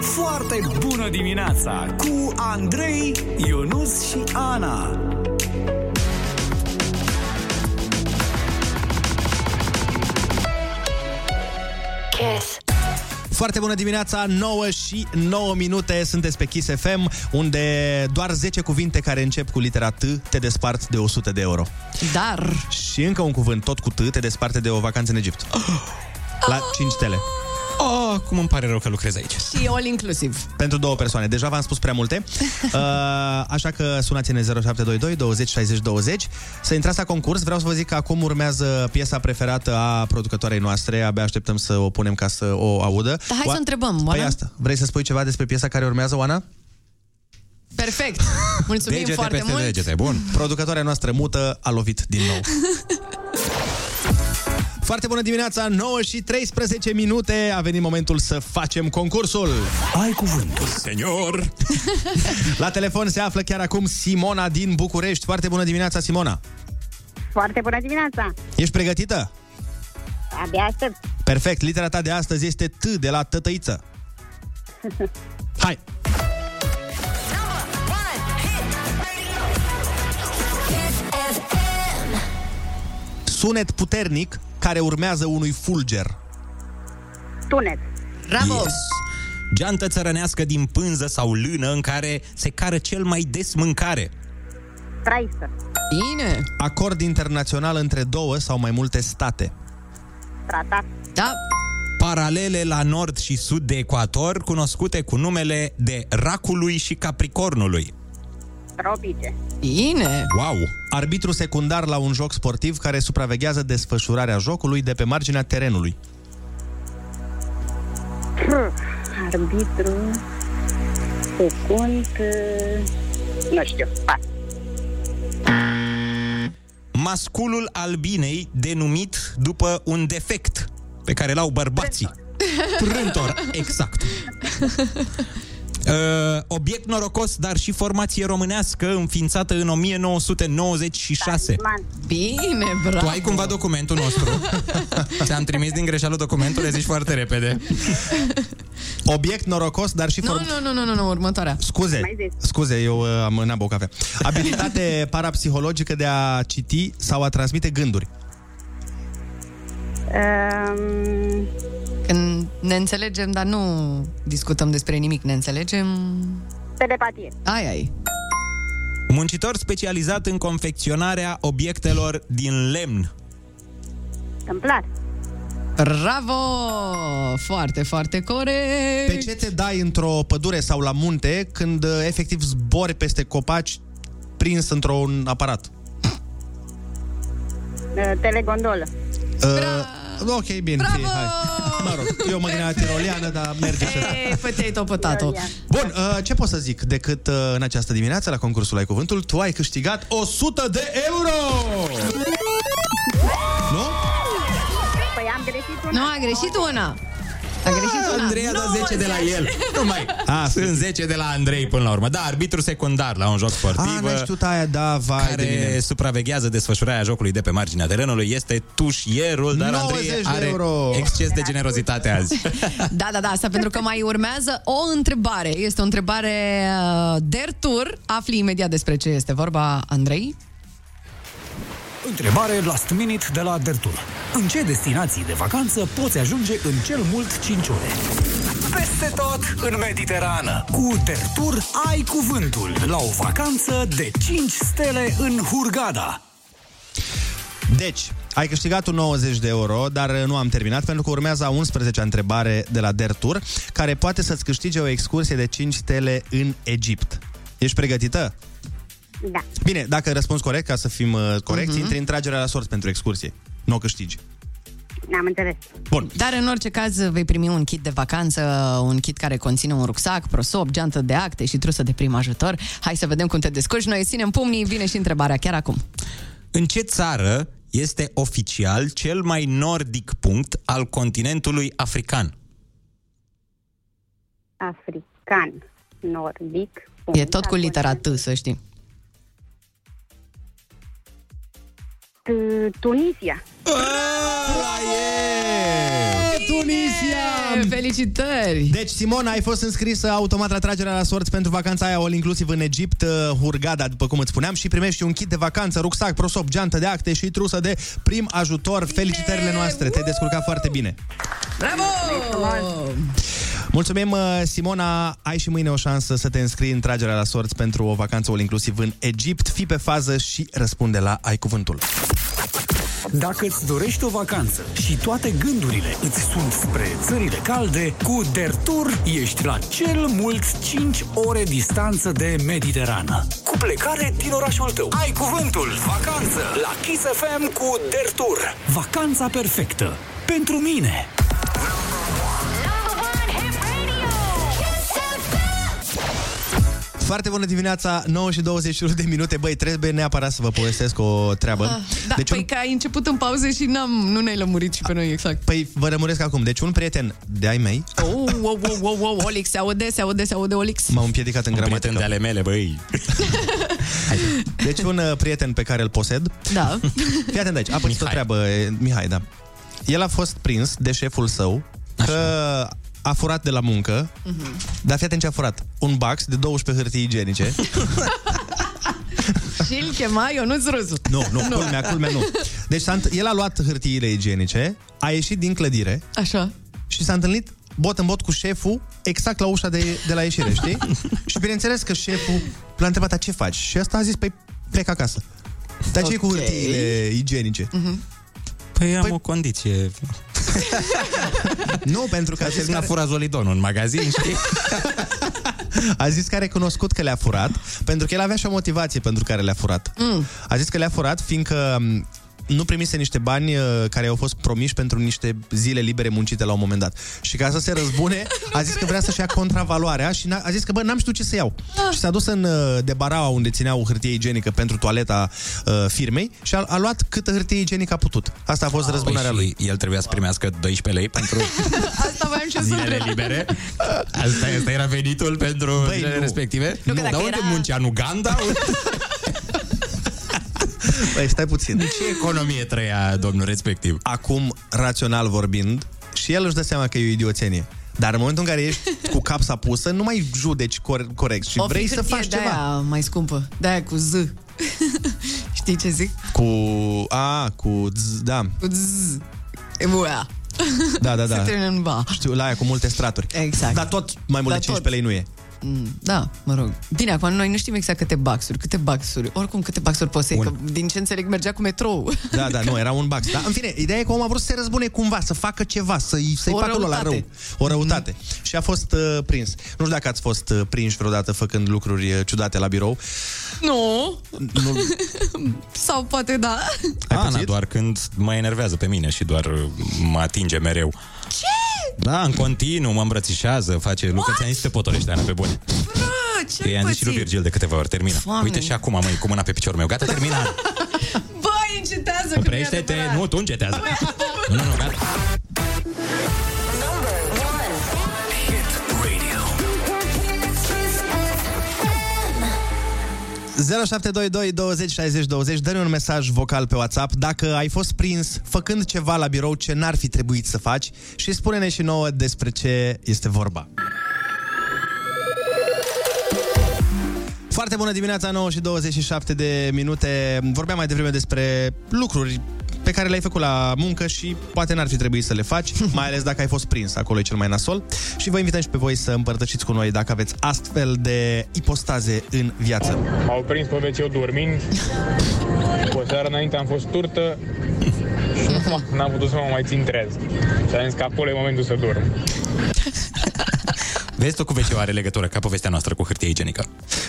A: Foarte bună dimineața cu Andrei, Ionus și Ana.
B: Kiss. Foarte bună dimineața, 9 și 9 minute, sunteți pe Kiss FM, unde doar 10 cuvinte care încep cu litera T te despart de 100 de euro.
C: Dar...
B: Și încă un cuvânt, tot cu T, te desparte de o vacanță în Egipt. La 5 stele. Oh, cum îmi pare rău că lucrez aici.
C: Și all inclusiv.
B: Pentru două persoane. Deja v-am spus prea multe. Uh, așa că sunați-ne 0722 20 60 20. Să intrați la concurs. Vreau să vă zic că acum urmează piesa preferată a producătoarei noastre. Abia așteptăm să o punem ca să o audă.
C: Dar hai să întrebăm,
B: Păi
C: Oana?
B: asta. Vrei să spui ceva despre piesa care urmează, Oana?
C: Perfect. Mulțumim foarte mult.
B: bun. Producătoarea noastră mută a lovit din nou. Foarte bună dimineața, 9 și 13 minute. A venit momentul să facem concursul. Ai cuvântul, senior. La telefon se află chiar acum Simona din București. Foarte bună dimineața, Simona.
U: Foarte bună dimineața!
B: Ești pregătită?
U: Abia aștept!
B: Perfect. Litera ta de astăzi este T de la tătăiță. Hai. Sunet puternic care urmează unui fulger.
U: Tunet!
C: Bravo!
D: Yes. Geantă țărănească din pânză sau lână în care se cară cel mai des mâncare.
U: Traistă!
C: Bine!
B: Acord internațional între două sau mai multe state.
U: Tratat!
C: Da!
D: Paralele la nord și sud de ecuator, cunoscute cu numele de racului și capricornului.
U: Tropice!
C: Bine!
D: Wow!
B: Arbitru secundar la un joc sportiv care supraveghează desfășurarea jocului de pe marginea terenului.
U: Pr. Arbitru... Secund... Nu știu, pas!
D: Masculul albinei, denumit după un defect pe care l-au bărbații. Prântor, exact. Uh, obiect norocos, dar și formație românească înființată în 1996.
U: Da,
C: Bine, bravo!
D: Tu ai cumva documentul nostru? Ți-am trimis din greșeală documentul, le zici foarte repede.
B: Obiect norocos, dar și
C: Nu,
B: form...
C: nu, nu, nu, nu, nu, următoarea.
B: Scuze, scuze, eu uh, am n-am băut cafea. Abilitate parapsihologică de a citi sau a transmite gânduri.
U: Um,
C: Când ne înțelegem, dar nu discutăm despre nimic, ne înțelegem...
U: Telepatie!
C: Ai, ai.
D: Muncitor specializat în confecționarea obiectelor din lemn.
U: Templar!
C: Bravo! Foarte, foarte corect!
B: Pe ce te dai într-o pădure sau la munte când uh, efectiv zbori peste copaci prins într-un aparat?
U: Uh, Telegondolă!
B: Uh, ok, bine, Bravo! Fie, hai. Mă rog, eu mă gândeam la tiroliană, dar merge și asta.
C: Ei, păi potato, potato.
B: Bun, uh, ce pot să zic decât uh, în această dimineață la concursul Ai Cuvântul, tu ai câștigat 100 de euro! Nu?
U: Păi am greșit una! Ah,
C: Nu, a greșit una! A greșit una.
D: Andrei a dat 10 de la el. Nu mai.
B: A,
D: sunt 10 de la Andrei până la urmă. Da, arbitru secundar la un joc
B: A,
D: sportiv. uh,
B: n-ai știut aia, da, vai de mine.
D: care supraveghează desfășurarea jocului de pe marginea terenului este tușierul, dar
B: 90 de
D: Andrei are
B: euro.
D: exces de generozitate azi.
C: Da, da, da, asta pentru că mai urmează o întrebare. Este o întrebare uh, der tur. Afli imediat despre ce este vorba, Andrei.
A: Întrebare last minute de la Dertur. În ce destinații de vacanță poți ajunge în cel mult 5 ore? Peste tot în Mediterană. Cu Dertur ai cuvântul la o vacanță de 5 stele în Hurgada.
B: Deci, ai câștigat un 90 de euro, dar uh, nu am terminat pentru că urmează a 11-a întrebare de la Dertur, care poate să-ți câștige o excursie de 5 stele în Egipt. Ești pregătită?
U: Da.
B: Bine, dacă răspunzi corect, ca să fim uh, corecți,
C: Mhm.
B: uh-huh. intri în tragerea la sorți pentru excursie. Nu o câștigi.
U: N-am înțeles.
B: Bun.
C: Dar în orice caz vei primi un kit de vacanță, un kit care conține un rucsac, prosop, geantă de acte și trusă de prim ajutor. Hai să vedem cum te descurci. Noi îți ținem pumnii, vine și întrebarea chiar acum.
D: În ce țară este oficial cel mai nordic punct al continentului african?
U: African, nordic.
C: E tot
U: da,
C: cu litera T, să știi.
U: T- Tunisia.
B: Tunisia!
C: Felicitări!
B: Deci, Simona, ai fost înscrisă automat la tragerea la sorți pentru vacanța aia all inclusiv în Egipt, uh, Hurghada, după cum îți spuneam, și primești un kit de vacanță, rucsac, prosop, geantă de acte și trusă de prim ajutor. Felicitările noastre, te-ai descurcat foarte bine.
C: Bravo!
B: Mulțumim, uh, Simona. Ai și mâine o șansă să te înscrii în tragerea la sorți pentru o vacanță all inclusiv în Egipt. Fii pe fază și răspunde la Ai Cuvântul.
A: Dacă îți dorești o vacanță și toate gândurile îți sunt spre țările calde, cu Dertur ești la cel mult 5 ore distanță de Mediterană. Cu plecare din orașul tău. Ai cuvântul vacanță la Kiss FM cu Dertur. Vacanța perfectă pentru mine.
B: Foarte bună dimineața, 9 și 21 de minute. Băi, trebuie neapărat să vă povestesc o treabă.
C: Da, deci păi că ai început în pauză și n-am, nu ne-ai lămurit și pe noi exact.
B: Păi vă rămuresc acum. Deci un prieten de-ai mei
C: Oh, wow, wow, wow, wow, Olix, se aude, se aude, se aude, Olix.
B: m-a împiedicat în gramatică. Un de ale mele, băi. deci un uh, prieten pe care îl posed.
C: Da.
B: Fii atent aici, a pățit o treabă, e, Mihai, da. El a fost prins de șeful său că a furat de la muncă,
C: Mhm.
B: dar fii atent ce a furat. Un box de 12 hârtii igienice.
C: Și îl chema Ionuț Rusu.
B: Nu, nu, culmea, culmea nu. Deci s-a înt- el a luat hârtiile igienice, a ieșit din clădire
C: Așa.
B: și s-a întâlnit bot în bot cu șeful exact la ușa de, de la ieșire, știi? și bineînțeles că șeful l-a întrebat, "A, ce faci? Și asta a zis, păi plec acasă. Dar ce cu
D: Ok.
B: hârtiile igienice?
R: Mhm.
D: Păi am păi... o condiție.
B: nu, pentru că a
D: zis
B: zis
D: că a
B: care-
D: furat Zolidonul în magazin, știi?
B: A zis că a recunoscut că le-a furat, pentru că el avea și o motivație pentru care le-a furat.
C: Mm.
B: A zis că le-a furat fiindcă m, nu primise niște bani uh, care au fost promiși pentru niște zile libere muncite la un moment dat. Și ca să se răzbune, a zis că vrea să-și ia contravaloarea și n-a- a zis că, bă, n-am știut ce să iau.
D: Ah.
B: Și s-a dus în uh, debaraua unde țineau hârtie igienică pentru toaleta uh, firmei și a, a luat câtă hârtie igienică a putut. Asta a fost răzbunarea lui.
D: Păi și el trebuia să primească 12 lei pentru
C: Asta voiam și eu să
D: zilele
C: întreb.
D: libere. Asta, asta era venitul pentru
B: Băi,
D: zilele
B: nu.
D: respective.
C: Nu, că
D: dar
C: dacă
D: unde
C: era-
D: muncea? În Uganda?
B: Păi, stai puțin.
D: Ce economie trăia domnul respectiv?
B: Acum, rațional vorbind, și el își dă seama că e o idioțenie. Dar în momentul în care ești cu capsa pusă, nu mai judeci cor- corect și
C: O fi
B: vrei să
C: hârtie
B: faci
C: de-aia
B: ceva.
C: mai scumpă, de-aia cu Z. Știi ce zic?
B: Cu... A, cu... Z, da.
C: Cu Z. E buia.
B: Da, da, da.
C: Se termină în ba.
B: Știu, la aia cu multe straturi.
C: Exact.
B: Dar tot mai mult
C: Dar
B: de 15 lei nu e.
C: Mm, Da, mă rog. Bine, acum noi nu știm exact câte baxuri, câte baxuri, oricum câte baxuri poți să iei, că din ce înțeleg mergea cu metrou.
B: Da, da, nu, era un bax. Dar, în fine, ideea e că omul a vrut să se răzbune cumva, să facă ceva, să-i, să-i
C: O
B: facă la rău.
C: răutate.
B: O răutate. Mm-hmm. Și a fost uh, prins. Nu știu dacă ați fost uh, prinși vreodată făcând lucruri uh, ciudate la birou.
C: Nu,
B: Nu,
C: sau poate da.
D: Ana, doar când mă enervează pe mine și doar uh, mă atinge mereu.
C: Ce?
D: Da, în continuu, mă îmbrățișează, face lucruri. Ți-am zis să te potolești, Ana, pe bune.
C: Bă, ce
D: Că i-am zis și lui Virgil de câteva ori, termină.
C: Doamne.
D: Uite și acum, măi, cu mâna pe piciorul meu. Gata, termină. Ana.
C: Bă, încetează că nu e
D: Oprește-te,
C: adevărat. Păi-
D: nu, tu încetează. nu, nu, nu, gata.
A: Radio.
B: 0722 20 60 20 Dă-ne un mesaj vocal pe WhatsApp Dacă ai fost prins făcând ceva la birou Ce n-ar fi trebuit să faci Și spune-ne și nouă despre ce este vorba Foarte bună dimineața, 9 și 27 de minute. Vorbeam mai devreme despre lucruri pe care le-ai făcut la muncă și poate n-ar fi trebuit să le faci, mai ales dacă ai fost prins, acolo e cel mai nasol. Și vă invităm și pe voi să împărtășiți cu noi dacă aveți astfel de ipostaze în viață.
N: M-au prins pe WC dormind. Cu o seară înainte am fost turtă și nu n-am putut să mă mai țin trez. Și am zis că acolo e momentul să dorm.
D: Vezi tu cu wc are legătură ca povestea noastră cu hârtie igienică.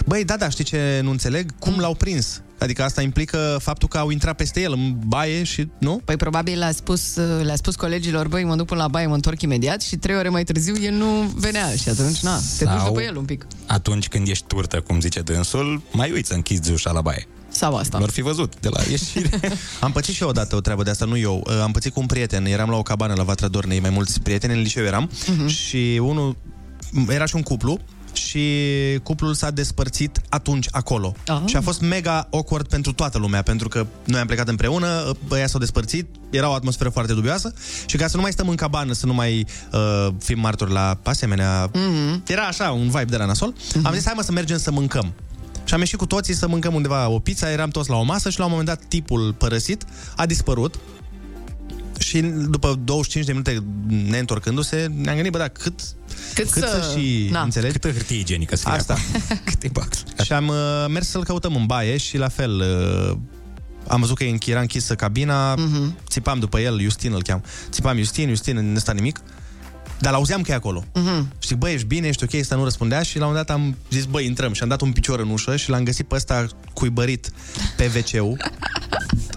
B: Băi, da, da, știi ce nu înțeleg?
D: Mm.
B: Cum l-au prins? Adică asta implică faptul că au intrat peste el în baie și, nu?
C: Păi probabil le-a spus, uh, le-a spus colegilor, băi, mă duc până la baie, mă întorc imediat și trei ore mai târziu el nu venea și atunci, na, te duci
D: Sau-
C: după el un pic.
D: Atunci când ești turtă, cum zice dânsul, mai uiți să închizi ușa la baie.
C: Sau asta.
D: L-ar fi văzut de la ieșire.
B: Am pățit și eu odată o treabă de asta, nu eu. Am pățit cu un prieten. Eram la o cabană la Vatra Dornei, mai mulți prieteni, în liceu eram.
D: Mhm.
B: Și unul, era și un cuplu și cuplul s-a despărțit atunci acolo.
G: Ah.
B: Și a fost mega awkward pentru toată lumea, pentru că noi am plecat împreună, băia s-au despărțit, era o atmosferă foarte dubioasă și ca să nu mai stăm în cabană, să nu mai uh, fim martori la asemenea... Mm-hmm. Era așa, un vibe de la nasol. Mm-hmm. Am zis, hai mă să mergem să mâncăm. Și am ieșit cu toții să mâncăm undeva o pizza, eram toți la o masă și la un moment dat tipul părăsit a dispărut și după 25 de minute ne întorcându-se, ne-am gândit, bă, da, cât,
C: cât,
B: cât să,
D: să-
B: și,
D: na.
B: înțelegi?
D: Câtă hârtie igienică să fie
B: Asta.
D: Câte box.
B: și am uh, mers să-l căutăm în baie și la fel uh, am văzut că e înch- era închisă cabina,
C: Mhm.
B: mm-hmm. țipam după el, Justin îl cheam, țipam Justin, Justin, nu sta nimic, dar l-auzeam că e acolo.
M: Mhm.
B: Și băi, ești bine, ești ok, ăsta nu răspundea și la un moment dat am zis, băi, intrăm și am dat un picior în ușă și l-am găsit pe ăsta cuibărit pe wc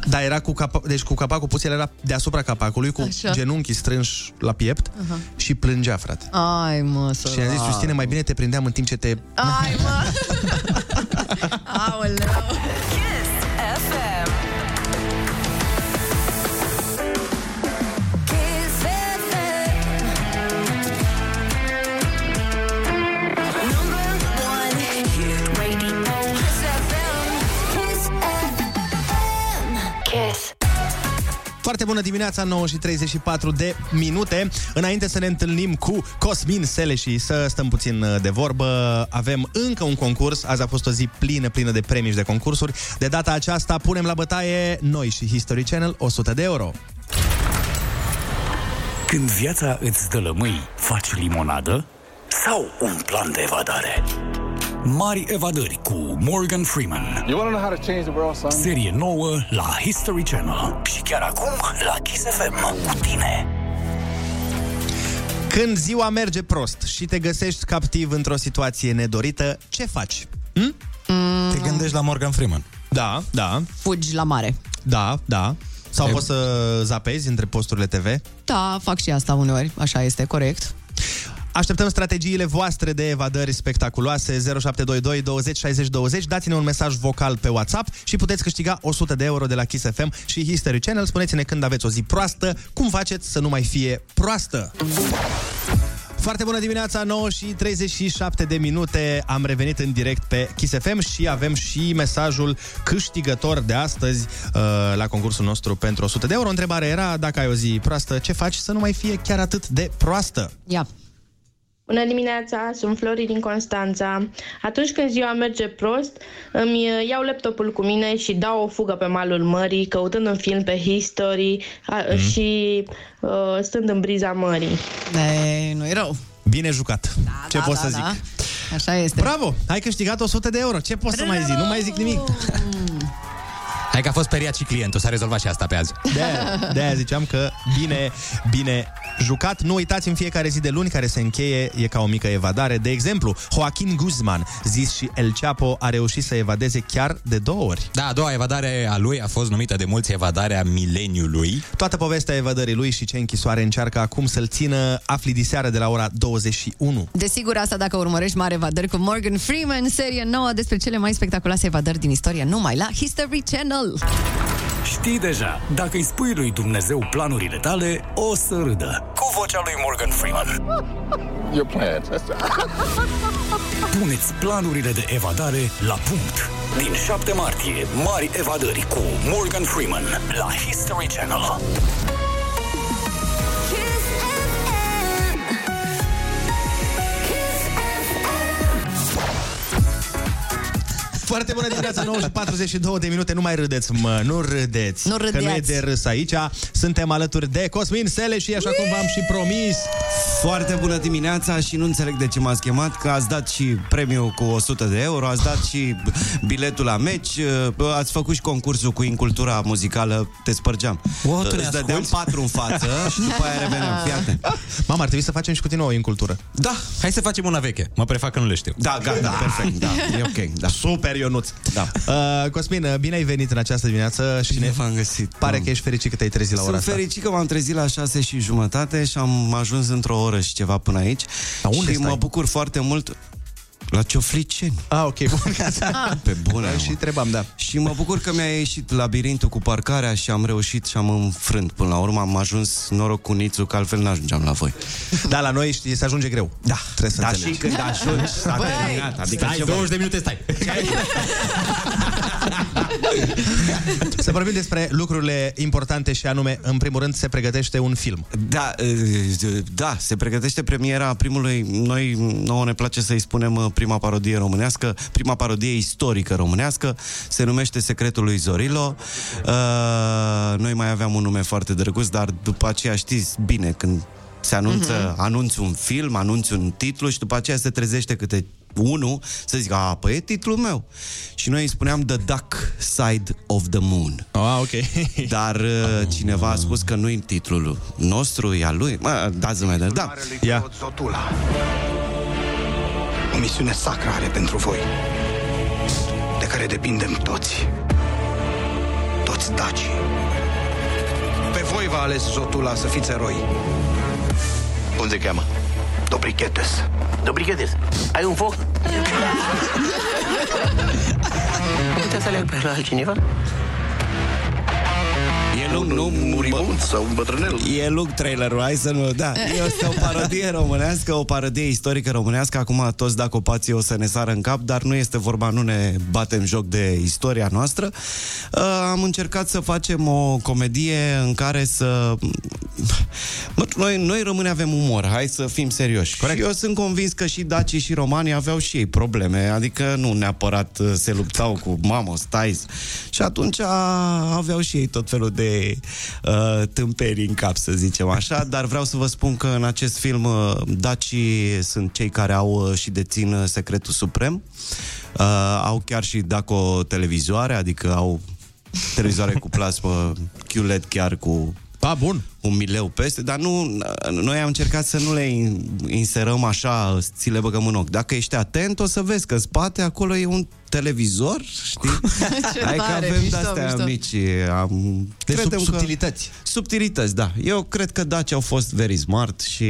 B: dar era cu, capa- deci cu capacul pus, el era deasupra capacului, cu
C: Așa.
B: Așa. genunchii strânși la piept
C: Aha.
B: și plângea, frate.
C: Ai, mă, să
B: Și am zis, Justine, mai bine te prindeam în timp ce te...
C: Ai, mă! Aoleu!
M: Kiss FM. Kiss FM. Number one hit radio. Kiss FM. Kiss FM. Kiss.
B: Foarte bună dimineața, 9 și 34 de minute. Înainte să ne întâlnim cu Cosmin Sele și să stăm puțin uh, de vorbă, avem încă un concurs. Azi a fost o zi plină, plină de premii și de concursuri. De data aceasta punem la bătaie noi și History Channel 100 de euro.
A: Când viața îți dă lămâi, faci limonadă? Sau un plan de evadare? Mari evadări cu Morgan Freeman. Serie nouă la History Channel. Și chiar acum la Kiss FM cu tine.
B: Când ziua merge prost și te găsești captiv într-o situație nedorită, ce faci? Hm?
C: Mm,
B: Te gândești la Morgan Freeman. Da, da,
C: fugi la mare.
B: da, da. Sau poți să zapezi între posturile TV?
C: Da, fac și asta uneori, așa este, corect.
B: Așteptăm strategiile voastre de evadări spectaculoase 0722 20 60 20 Dați-ne un mesaj vocal pe WhatsApp Și puteți câștiga 100 de euro de la Kiss FM și History Channel Spuneți-ne când aveți o zi proastă Cum faceți să nu mai fie proastă foarte bună dimineața, 9 și 37 de minute. Am revenit în direct pe Kiss FM și avem și mesajul câștigător de astăzi uh, la concursul nostru pentru 100 de euro. Întrebarea era, dacă ai o zi proastă, ce faci să nu mai fie chiar atât de proastă?
C: Ia.
V: Bună dimineața, sunt Flori din Constanța. Atunci când ziua merge prost, îmi uh, iau laptopul cu mine și dau o fugă pe malul mării, căutând un film pe History a,
B: Mhm.
V: mm. și uh, stând în briza mării.
C: De, nu e rău.
B: Bine jucat. Da, Ce
C: da,
B: pot
C: da,
B: să zic?
C: da. Așa este.
B: Bravo! Ai câștigat 100 de euro. Ce pot să mai zic? Nu mai zic nimic.
D: Hai că a fost periat și clientul, s-a rezolvat și asta pe azi.
B: De-aia, de-aia ziceam că bine, bine jucat. Nu uitați în fiecare zi de luni care se încheie, e ca o mică evadare. De exemplu, Joaquin Guzman, zis și El Chapo, a reușit să evadeze chiar de două ori.
D: Da, a doua evadare a lui a fost numită de mulți evadarea mileniului.
B: Toată povestea evadării lui și ce închisoare încearcă acum să-l țină afli diseară de la ora 21.
C: Desigur, asta dacă urmărești Mare Evadări cu Morgan Freeman, serie nouă despre cele mai spectaculoase evadări din istorie, numai la History Channel.
A: Știi deja, dacă îi spui lui Dumnezeu planurile tale, o să râdă. Cu vocea lui Morgan Freeman.
M: Your plan.
A: Puneți planurile de evadare la punct. Din 7 martie, mari evadări cu Morgan Freeman la History Channel.
B: Foarte bună dimineața, 9 și 42 de minute. Nu mai râdeți, mă, nu râdeți.
C: Nu
B: Că nu e
C: râdeați.
B: de râs aici. Suntem alături de Cosmin Sele și așa cum v-am și promis.
G: Foarte bună dimineața și nu înțeleg de ce m-ați chemat, că ați dat și premiul cu 100 de euro, ați dat și biletul la meci, uh, ați făcut și concursul cu incultura muzicală, te spărgeam.
B: Wow, tu
G: Uh,
B: ne
G: Îți dădeam
B: asculti?
G: patru în față și după aia reveneam. Fii atent.
B: Mama, ar trebui să facem și cu tine o incultură.
G: Da.
D: Hai să facem una veche. Mă prefac că nu le știu.
G: Da, gata, perfect, da, e ok, da.
B: Super, Ionuț.
G: Da.
B: Uh, Cosmin, uh, bine ai venit în această dimineață și ne
G: v-am găsit.
B: Pare că ești fericit că te-ai trezit la ora
G: Sunt
B: asta.
G: fericit că m-am trezit la șase și jumătate și am ajuns într-o oră și ceva până aici. Dar
B: unde
G: și
B: stai?
G: mă bucur foarte mult la Ciofliceni.
B: Ah, ok, bun. gata.
G: Pe bună.
B: Și întrebam, da.
G: Și mă bucur că mi-a ieșit labirintul cu parcarea și am reușit și am înfrânt. Până la urmă am ajuns noroc cu Nițu, că altfel n-ajungeam la voi.
B: Da, la noi știi, se ajunge greu.
G: Da.
B: Trebuie să
G: Dar
B: înțelegi.
G: și
D: Da.
G: când ajungi, s-a
B: Băi,
G: terminat. Adică
B: stai
G: ce
B: 20
G: mai-
B: de minute, stai. Să vorbim despre lucrurile importante și anume, în primul rând, se pregătește un film.
G: Da, e, da, se pregătește premiera primului, noi nouă ne place să-i spunem uh, prima parodie românească, prima parodie istorică românească, se numește Secretul lui Zorilo. Uh, Noi mai aveam un nume foarte drăguț, dar după aceea știți bine când se anunță, mm-hmm. anunți un film, anunți un titlu și după aceea se trezește câte unul să zică, a, păi e titlul meu. Și noi îi spuneam The Duck Side of the Moon.
B: Ah, ok.
G: Dar uh, cineva a spus că nu e titlul nostru, e al lui. Mă, dați mai dar, da.
B: Ia.
J: Zotula. O misiune sacră are pentru voi, de care depindem toți. Toți daci. Pe voi v-a ales Zotula să fiți eroi. Cum se cheamă? Dobrichetes.
W: Dobrichetes, ai un foc?
J: Puteți să aleg pe altcineva?
G: E lung, nu? Muribund
J: sau un bătrânel?
G: E lung trailerul, hai să nu... Da, este o parodie românească, o parodie istorică românească. Acum toți dacă o pații o să ne sară în cap, dar nu este vorba, nu ne batem joc de istoria noastră. Uh, am încercat să facem o comedie în care să... Bă, noi, noi români avem umor, hai să fim serioși. Corect. Și eu sunt convins că și dacii și romanii aveau și ei probleme, adică nu neapărat uh, se luptau cu mamă, stai. Și atunci a, aveau și ei tot felul de uh, tâmperi în cap, să zicem așa, dar vreau să vă spun că în acest film uh, dacii sunt cei care au uh, și dețin uh, secretul suprem. Uh, au chiar și daco televizoare, adică au televizoare cu plasmă QLED chiar cu
B: da, bun.
G: un mileu peste, dar nu, noi am încercat să nu le in- inserăm așa, ți le băgăm în ochi. Dacă ești atent, o să vezi că în spate acolo e un televizor, știi?
J: Ce
G: Hai că
J: tare,
G: avem
J: mișto,
G: de-astea
J: mișto.
G: mici. Am,
B: De
G: credem
B: sub- Deci subtilități.
G: Că, subtilități, da. Eu cred că Dacia au fost very smart și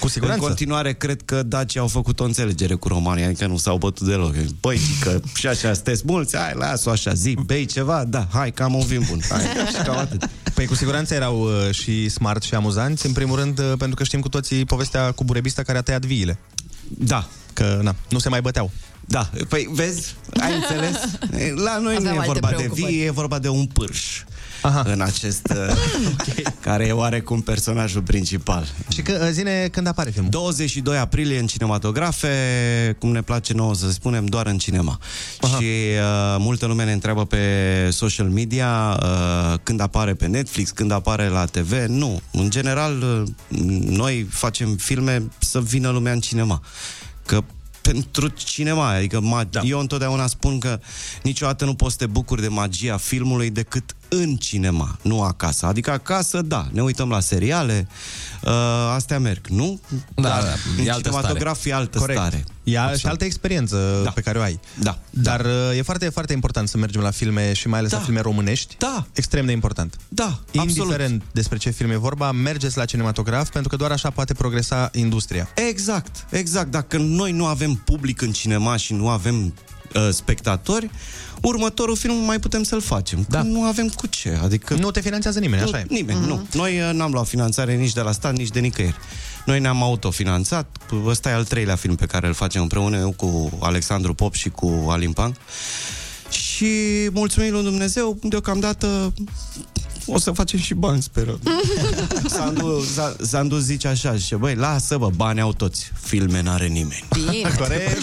G: Cu
B: siguranță.
G: în continuare cred că Dacia au făcut o înțelegere cu romanii, adică nu s-au bătut deloc. Băi, că și așa sunteți mulți, hai, las-o așa, zi, bei ceva, da, hai, că am un vin bun. Hai, și cam atât.
B: Păi cu siguranță erau uh, și smart și amuzanți, în primul rând uh, pentru că știm cu toții povestea cu burebista care a tăiat viile.
G: Da.
B: Că na, nu se mai băteau.
G: Da, păi vezi, ai înțeles? La noi
J: Aveam
G: nu e
J: alte
G: vorba de
J: preocupări.
G: vie, e vorba de un pârș. Aha. În acest... uh, care e oarecum personajul principal.
B: Și că, uh, zine când apare filmul.
G: 22 aprilie în cinematografe, cum ne place nouă să spunem, doar în cinema. Aha. Și uh, multă lume ne întreabă pe social media uh, când apare pe Netflix, când apare la TV. Nu, în general uh, noi facem filme să vină lumea în cinema. Că pentru cinema, adică ma- da. eu întotdeauna spun că niciodată nu poți să te bucuri de magia filmului decât în cinema, nu acasă. Adică acasă, da, ne uităm la seriale, uh, astea merg, nu?
B: Da,
G: Dar
B: da,
G: în
B: e altă
G: cinematograf
B: stare.
G: e altă
B: Corect.
G: stare.
B: E a- și altă experiență da. pe care o ai.
G: Da.
B: Dar da. e foarte, foarte important să mergem la filme și mai ales da. la filme românești.
G: Da.
B: Extrem de important.
G: Da,
B: Indiferent despre ce film e vorba, mergeți la cinematograf pentru că doar așa poate progresa industria.
G: Exact, exact. Dacă noi nu avem public în cinema și nu avem uh, spectatori, următorul film mai putem să-l facem. Da. Nu avem cu ce. Adică
B: nu te finanțează nimeni,
G: nu,
B: așa e. Mhm.
G: Nimeni, mm-hmm. nu. Noi uh, n-am luat finanțare nici de la stat, nici de nicăieri. Noi ne-am autofinanțat. Ăsta e al treilea film pe care îl facem împreună eu cu Alexandru Pop și cu Alin Pang. Și mulțumim lui Dumnezeu, deocamdată o să facem și bani, sperăm. Sandu, Sa- Sandu zice așa, și băi, lasă, bă, bani au toți, filme n-are nimeni.
C: Bine.
B: Corect.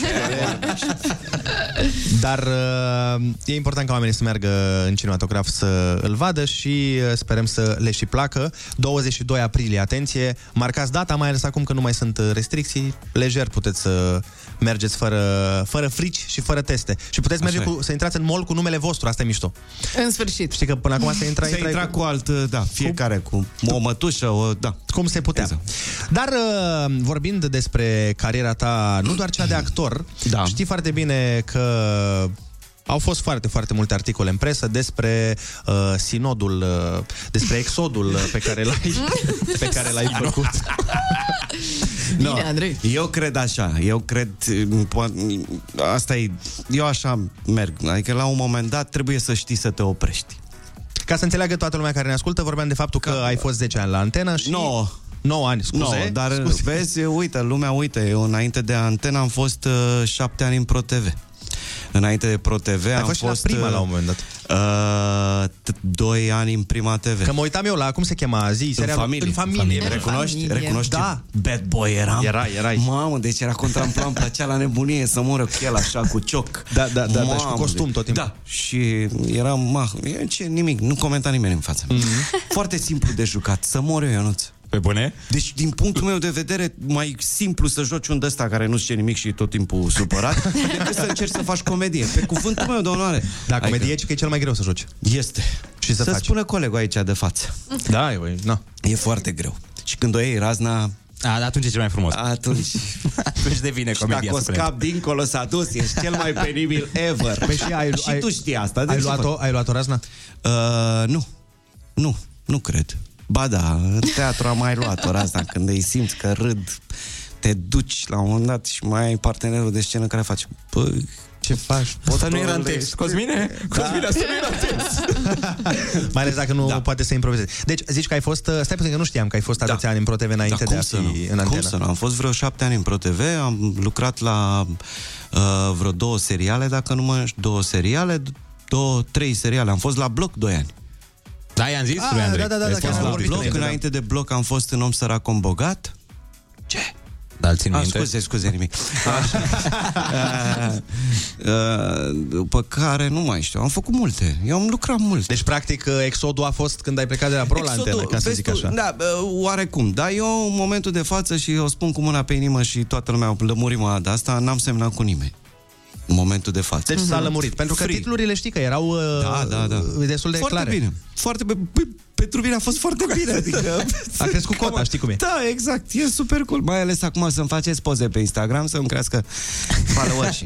B: Dar uh, e important ca oamenii să meargă în cinematograf să îl vadă și uh, sperăm să le și placă. 22 aprilie, atenție, marcați data, mai ales acum că nu mai sunt uh, restricții, lejer puteți să mergeți fără, fără frici și fără teste. Și puteți merge
G: Așa e.
B: cu, să intrați în mall cu numele vostru, asta e mișto.
C: În sfârșit.
B: Știi că până acum se intra,
G: Se intra cu alt, da, fiecare cu o mătușă, o, da.
B: Cum se putea.
G: Exact.
B: Dar uh, vorbind despre cariera ta, nu doar cea de actor, da. știi foarte bine că au fost foarte, foarte multe articole în presă despre uh, sinodul, uh, despre exodul uh, pe care l-ai, pe care l-ai făcut.
G: Bine, no. Andrei. Eu cred așa, eu cred, mm, po- asta e, eu așa merg, adică la un moment dat trebuie să știi să te oprești.
B: Ca să înțeleagă toată lumea care ne ascultă, vorbeam de faptul că ai fost 10 ani la antenă și... 9. 9 ani, scuze.
G: no, dar
B: scuze.
G: vezi, uite, lumea, uite, eu înainte de antena am fost uh, șapte ani în ProTV. Înainte de ProTV
B: Ai
G: am
B: fost și la
G: fost...
B: Prima la un
G: moment dat. Uh, t- doi ani în Prima TV.
B: Că mă uitam eu la cum se chema zi,
G: în
B: serialul-
G: familie.
B: În familie.
G: Recunoști? Recunoști?
B: Da.
G: ce Bad boy eram.
B: Era, erai.
G: Mamă, deci era contra în plan, plăcea la nebunie să moră cu el așa, cu cioc.
B: Da, da, da,
G: Mamă,
B: da, și cu costum tot timpul.
G: Da, și eram, mah, eu ce, nimic, nu comenta nimeni în fața
B: Mhm.
G: mea. Foarte simplu de jucat, să mor eu, Ionuț.
D: Pe bune?
G: Deci, din punctul meu de vedere, mai simplu să joci un ăsta care nu știe nimic și tot timpul supărat, decât să încerci să faci comedie. Pe cuvântul meu de onoare.
B: Da, comedie că e cel mai greu să joci.
G: Este.
B: Și să
G: Să
B: faci.
G: spună colegul aici de față.
B: Da, e, băi, na.
G: E foarte greu. Și când o iei razna...
D: A, atunci e cel mai frumos.
G: Atunci.
D: Atunci devine
G: Și
D: comedia
G: dacă o
D: supremă.
G: scap dincolo s-a dus, ești cel mai penibil ever.
B: Păi și ai-
G: și
B: ai-
G: tu știi asta.
B: ai
G: ce
B: luat-o-
G: faci?
B: ai luat-o razna?
G: Uh, nu. Nu, nu cred. Ba da, în teatru am mai luat ora asta, când îi simți că râd, te duci la un moment dat și mai ai partenerul de scenă care face, băi,
B: ce faci?
D: Asta nu era în text. Cosmine? Cosmine, asta nu era în text.
B: Da. Mai ales dacă nu da. poate să improvizezi. Deci zici că ai fost, uh, stai puțin că nu știam că ai fost atâția ani în ProTV înainte de a fi în
G: Da. Cum
B: antenă.
G: să nu? Am fost vreo șapte ani în ProTV, am lucrat la uh, vreo două seriale, dacă nu mă înș- două seriale, două, trei seriale. Am fost la bloc doi ani.
D: Da, i-am zis
B: Ah, lui Andrei. da, da, da, Ai da, fost chiar la am
G: la
B: vorbit
G: bloc,
B: înainte, da.
G: înainte de bloc am fost în Om Sărac Om Bogat.
D: Dar țin
G: Ah,
D: minte.
G: scuze, scuze, nimic. Așa. Uh, după care nu mai știu, am făcut multe. Eu am lucrat mult.
B: Deci, practic, uh, exodul a fost când ai plecat de la Pro la
G: Exodul,
B: antenă, ca să
G: vezi
B: zic
G: tu,
B: așa.
G: Da, uh, oarecum. Dar eu, în momentul de față, și o spun cu mâna pe inimă și toată lumea o lămurim de asta, n-am semnat cu nimeni. În momentul de față. Mhm.
B: Deci s-a lămurit. Pentru că
G: Free.
B: titlurile știi că erau uh,
G: Da, da, da.
B: destul de
G: foarte
B: clare.
G: bine. Foarte bine. Pentru mine a fost foarte bine. Adică,
B: A crescut cota, știi cum e.
G: Da, exact. E super cool. Mai ales acum să-mi faceți poze pe Instagram, să-mi crească followers.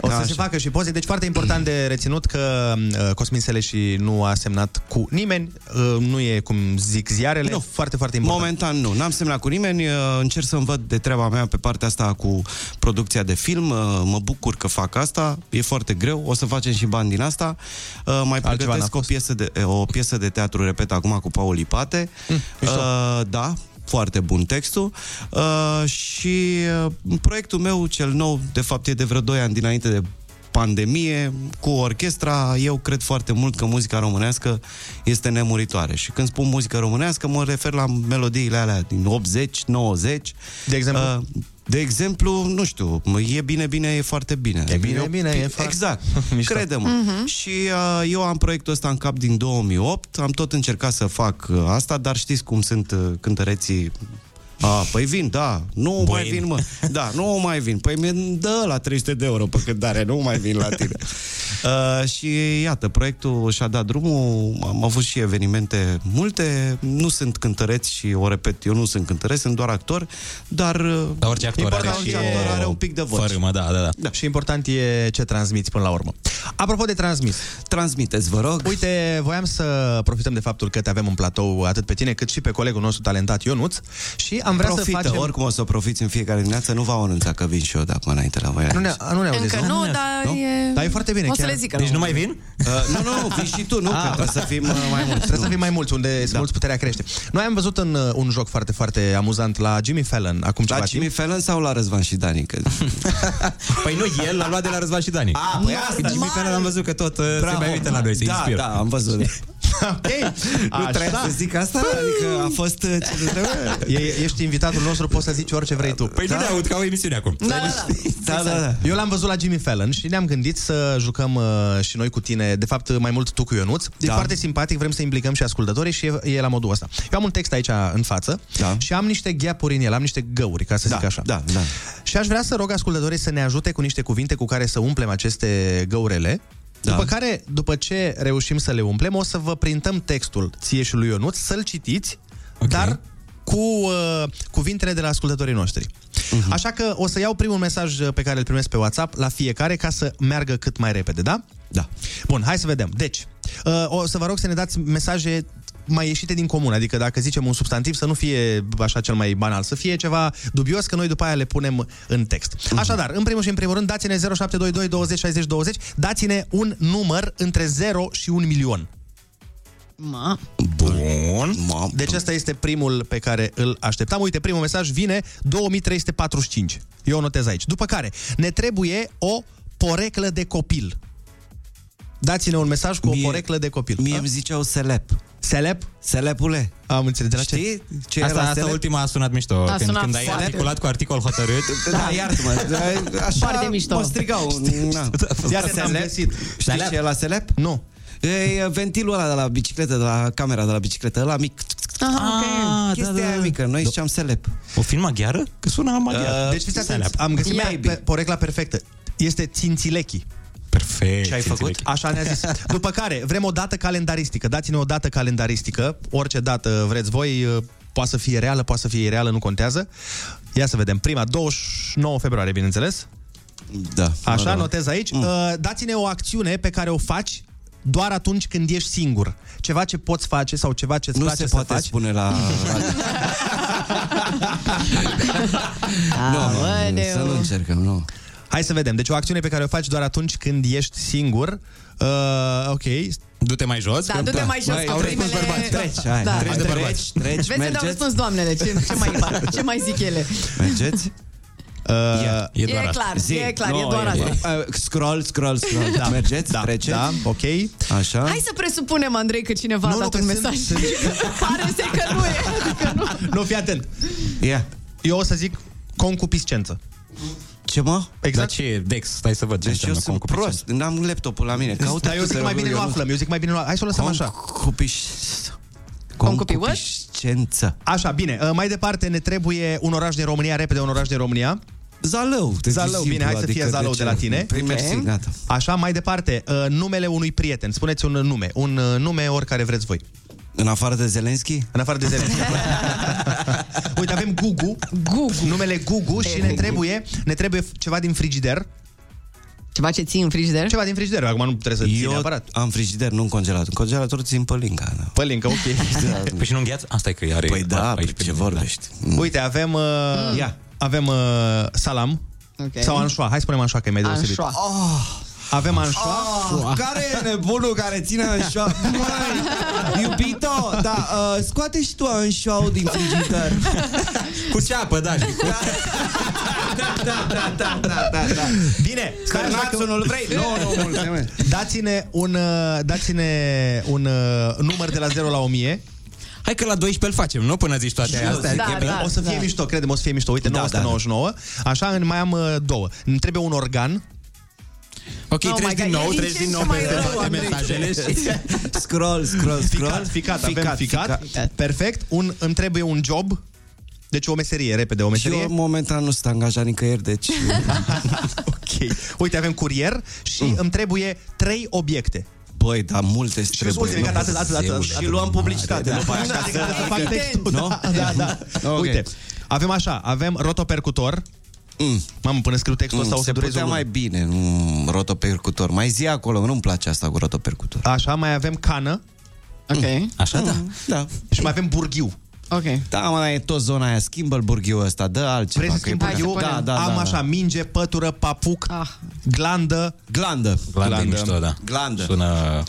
B: O să se facă și poze. Deci foarte important de reținut că uh, Cosmin Seleși nu a semnat cu nimeni. Uh, nu e, cum zic, ziarele. Nu. Foarte, foarte important.
G: Momentan nu, n-am semnat cu nimeni, uh, încerc să-mi văd de treaba mea pe partea asta cu producția de film, uh, mă bucur că fac asta, e foarte greu, o să facem și bani din asta. Uh, Mai
B: Altceva n-a
G: pregătesc o
B: fost.
G: piesă, de, eh, o piesă de teatru, repet acum, cu Paul Ipate.
B: Hm,
G: Uh, Da, foarte bun textul Uh, și uh, proiectul meu cel nou, de fapt e de vreo 2 ani dinainte de pandemie, cu orchestra, eu cred foarte mult că muzica românească este nemuritoare. Și când spun muzică românească, mă refer la melodiile alea din 80, 90.
B: De exemplu?
G: Uh, de exemplu, nu știu, mă, e bine, bine, e foarte bine. E
B: bine, e bine, e foarte-
G: Exact,
B: Mișto.
G: crede-mă. Și uh, eu am proiectul ăsta în cap din 2008, am tot încercat să fac uh, asta, dar știți cum sunt uh, cântăreții a, păi vin, da, nu mai vin, mă. Da, nu mai vin. Păi mi dă la 300 de euro pe cântare, nu mai vin la tine. Uh, și iată, proiectul și-a dat drumul, am avut și evenimente multe, nu sunt cântăreți și o repet, eu nu sunt cântăreț, sunt doar actor, dar... uh,
D: Dar orice actor are
G: important,
D: și
G: orice actor are un pic de voce.
D: Fărâmă, da, da, da.
B: Da. Și important e ce transmiți până la urmă. Apropo de transmis.
G: Transmiteți, vă rog.
B: Uite, voiam să profităm de faptul că te avem în platou atât pe tine cât și pe colegul nostru talentat Ionuț și am vrea
G: Profită,
B: să facem...
G: oricum o să profiți în fiecare dimineață, nu v-au anunțat că vin și eu de acum înainte la voi.
B: Nu ne, nu ne auziți,
C: Încă nu, dar e...
B: Dar e foarte bine.
C: O să
B: chiar.
C: le da. zic.
D: Deci nu mai vin?
G: Uh, nu, nu, vii și tu, nu,
B: Ah.
G: că trebuie să fim uh, mai mulți.
B: Trebuie să fim mai mulți, unde da. mulți puterea crește. Noi am văzut în, uh, un joc foarte, foarte amuzant la Jimmy Fallon acum
G: La
B: ceva
G: Jimmy
B: timp.
G: Fallon sau la Răzvan și Dani? Că...
D: Păi nu, el l-a luat de la Răzvan și Dani.
G: A, păi asta.
D: Jimmy Fallon am văzut că tot uh, se mai uită la noi, se
G: da,
D: inspiră.
G: da, am văzut.
B: ok.
G: Nu trebuia să zic asta, adică a fost ce
B: trebuie. E, ești invitatul nostru, poți să zici orice vrei tu. Păi
D: da? nu ne aud, ca o emisiune acum.
C: Da, da,
B: da, da, da. Eu l-am văzut la Jimmy Fallon și ne-am gândit să jucăm uh, și noi cu tine, de fapt mai mult tu cu Ionuț. E
G: Da.
B: foarte simpatic, vrem să implicăm și ascultătorii și e, e la modul ăsta. Eu am un text aici în față da. și am niște gheapuri în el, am niște găuri, ca să zic așa.
G: Da, da.
B: Și aș vrea să rog ascultătorii să ne ajute cu niște cuvinte cu care să umplem aceste găurele. Da. După care, după ce reușim să le umplem, o să vă printăm textul ție și lui Ionuț, să-l citiți, okay. dar cu uh, cuvintele de la ascultătorii noștri. Uh-huh. Așa că o să iau primul mesaj uh, pe care îl primesc pe WhatsApp la fiecare ca să meargă cât mai repede, da?
G: Da.
B: Bun, hai să vedem. Deci, uh, o să vă rog să ne dați mesaje mai ieșite din comun, adică dacă zicem un substantiv să nu fie așa cel mai banal, să fie ceva dubios, că noi după aia le punem în text. Așadar, în primul și în primul rând, dați-ne 0722 20 60 20, dați-ne un număr între 0 și 1 milion.
C: Ma.
B: Bun. Deci ăsta este primul pe care îl așteptam. Uite, primul mesaj vine 2345. Eu o notez aici. După care, ne trebuie o poreclă de copil. Dați-ne un mesaj cu o poreclă de copil.
G: Mie îmi ziceau selep.
B: Selep?
G: Selepule.
B: Am înțeles de la ce?
G: Știi? ce
D: asta,
G: era
D: asta
G: select?
D: ultima a sunat mișto.
G: A
D: când,
G: sunat
D: când ai
G: foarte.
D: articulat cu articol hotărât.
G: Da, iartă-mă. da, Așa
D: Foarte mișto.
G: mă strigau. Na.
B: da,
D: Iar
G: Selep.
D: te-am găsit.
G: Știi
D: Selep.
G: ce e la selep?
B: Nu.
G: E ventilul ăla de la bicicletă, de la camera de la bicicletă, ăla mic.
C: Aha, Ah, ok.
G: Chestia da, da. mică, noi ziceam selep.
D: O film maghiară? Că sună maghiară.
B: Uh, deci fiți atenți, am găsit pe, pe, porecla perfectă. Este Țințilechi.
D: Perfect.
B: Ce ai făcut?
D: Țințilechi.
B: Așa ne-a zis. După care, vrem o dată calendaristică. Dați-ne o dată calendaristică, orice dată vreți voi, uh, poate să fie reală, poate să fie ireală, nu contează. Ia să vedem. Prima, 29 februarie, bineînțeles.
G: Da.
B: Așa, notez aici. Mm. Dați-ne o acțiune pe care o faci doar atunci când ești singur. Ceva ce poți face sau ceva ce îți
G: Nu
B: place
G: se
B: să
G: poate
B: faci.
G: spune la...
C: Nu,
G: să nu încercăm, nu.
B: Hai să vedem. Deci o acțiune pe care o faci doar atunci când ești singur. Uh, ok.
D: Du-te mai jos.
C: Da, du-te mai jos, că primele...
G: Treci, hai,
C: da.
G: hai,
D: Treci de
G: hai, Treci,
D: bărbați.
B: Deci
G: treci,
C: Vezi, mergeți? au
G: mergeți,
C: răspuns, doamnele, ce, ce, mai, ce mai zic ele?
G: mergeți. Uh,
C: E doar asta. clar, e clar, e doar asta.
G: Uh, scroll, scroll, scroll. Da. Mergeți, da, treceți.
B: Da, ok.
G: Așa.
C: Hai să presupunem, Andrei, că cineva a dat un mesaj. Pare să că nu e. Adică nu.
B: Nu, fii atent.
G: Yeah.
B: Eu o să zic concupiscență.
G: Ce mă?
B: Exact.
D: Dar ce e, Dex? Stai să văd ce
G: Deci eu
D: înseamnă
G: sunt prost, n-am laptopul la mine. Caută
B: Dar da, eu zic mai bine nu aflăm, eu zic mai bine nu Hai să o lăsăm așa.
G: Cupiș...
C: Concupi, what?
G: Concupiscență.
B: Așa, bine. Uh, Mai departe ne trebuie un oraș din România, repede un oraș din România.
G: Zalău. te
B: Zalău,
G: zic
B: bine, hai să
G: simplu,
B: fie
G: adică
B: Zalău
G: ce?
B: de la tine.
G: Păi, Mersi,
B: Ok.
G: gata.
B: Așa, mai departe, uh, numele unui prieten. Spuneți un nume, un uh, nume oricare vreți voi.
G: În afară de Zelenski?
B: În afară de Zelenski. Uite, avem Gugu,
C: Gugu.
B: numele Gugu și ne trebuie, ne trebuie ceva din frigider.
C: Ceva ce ții în frigider?
B: Ceva din frigider, acum nu trebuie să ții
G: Eu
B: neapărat.
G: am frigider, nu în congelator. În congelator țin pălinca. Da.
B: Pălincă, ok.
G: Da.
D: Păi și nu îngheață? Asta e că are...
G: Păi da, păi
D: 14
G: ce vorbești?
B: Uite, avem, uh,
G: Ia.
B: avem uh, salam
C: Ok.
B: sau anșoa. Hai să spunem anșoa, că e mai deosebit.
C: Anșoa.
B: Avem anșoa.
G: Ah, care e nebunul care ține anșoa? Măi, iubito, da, uh, scoate și tu anșoaul din frigider.
D: Cu ceapă, da. și cu-
G: Da, da, da, da, da, da.
B: Bine, stai așa că-
G: Carnațul nu-l vrei? Nu, nu, mulțumesc.
B: Dați-ne un, uh, dați-ne un uh, număr de la 0 la 1000.
D: Hai că la 12 îl facem, nu? Până zici toate astea.
C: Da,
D: adică-
C: da,
B: o să fie
C: da.
B: mișto, credem, o să fie mișto. Uite,
G: Da,
B: 999. Așa, în- mai am uh, două. Îmi trebuie un organ.
D: Ok,
C: Oh
D: treci
C: my
D: din
C: God,
D: nou,
C: e din
D: treci
C: ce
D: din
C: în
D: nou
C: ce mai
D: pe
C: rău,
D: toate
C: Andrei.
D: mesajele și...
G: Scroll, scroll, scroll.
B: Ficat, ficat, avem ficat. Perfect. Un, îmi trebuie un job. Deci o meserie, repede, o meserie.
G: Eu momentan nu sunt angajat nicăieri, deci...
B: Ok. Uite, avem curier și îmi trebuie trei obiecte.
G: Mm. Băi, da, multe
B: Și ultimele,
G: trebuie. da,
B: gata, atât, atât, atât, atât.
G: Și luăm publicitate după aia. ca
B: Adică
G: să-
B: să fac textul,
G: Nu?
B: da, da, da.
G: Ok.
B: Uite, avem așa, avem rotopercutor.
G: Mm.
B: Mamă, până scriu textul ăsta o
G: se
B: să dureze
G: putea
B: o lună.
G: mai bine, nu rotopercutor. Mai zi acolo, nu-mi place asta cu rotopercutor.
B: Așa, mai avem cană
C: Ok,
D: Așa, da.
G: Da.
B: și mai avem burghiu.
C: ok.
G: Da, mă, e tot zona aia. Schimbă-l burghiul ăsta, dă altceva.
B: Vrei să
G: că e
B: schimb burghiu?
G: bun. Da, da,
B: Am
G: da,
B: așa,
G: Da.
B: minge, pătură, papuc,
C: Ah.
B: glandă.
G: Glandă.
D: Glandă e mișto, da.
G: Glandă.
D: Sună...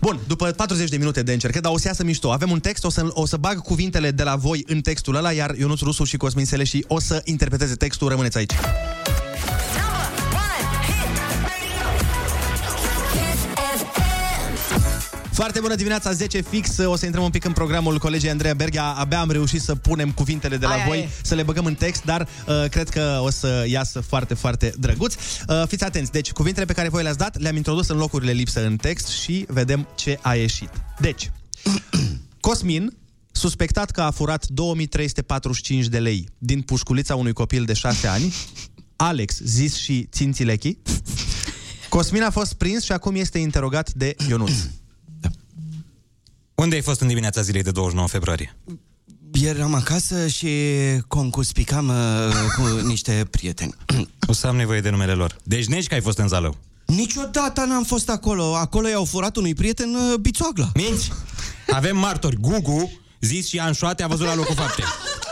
B: Bun, după 40 de minute de încercări, dar o să iasă mișto. Avem un text, o să, o să bag cuvintele de la voi în textul ăla, iar Ionuț Rusu și Cosmin Seleși o să interpreteze textul. Rămâneți aici. Foarte bună dimineața, 10 fix. O să intrăm un pic în programul colegii Andreea Berghia. Abia am reușit să punem cuvintele de la
I: Aia
B: voi,
I: e.
B: să le băgăm în text, dar uh, cred că o să iasă foarte, foarte drăguț. Uh, fiți atenți. Deci, cuvintele pe care voi le-ați dat, le-am introdus în locurile lipsă în text și vedem ce a ieșit. Deci, Cosmin, suspectat că a furat 2345 de lei din pușculița unui copil de 6 ani, Alex, zis și Țințilechi, Cosmin a fost prins și acum este interogat de Ionuț.
D: Unde ai fost în dimineața zilei de 29 februarie?
G: Ieri eram acasă și concuspicam uh, cu niște prieteni.
D: O să am nevoie de numele lor. Deci nici că ai fost în Zalău.
G: Niciodată n-am fost acolo. Acolo i-au furat unui prieten uh, bițoagla.
D: Minți? Avem martori. Gugu, zis și Anșoate, a văzut la locul faptei.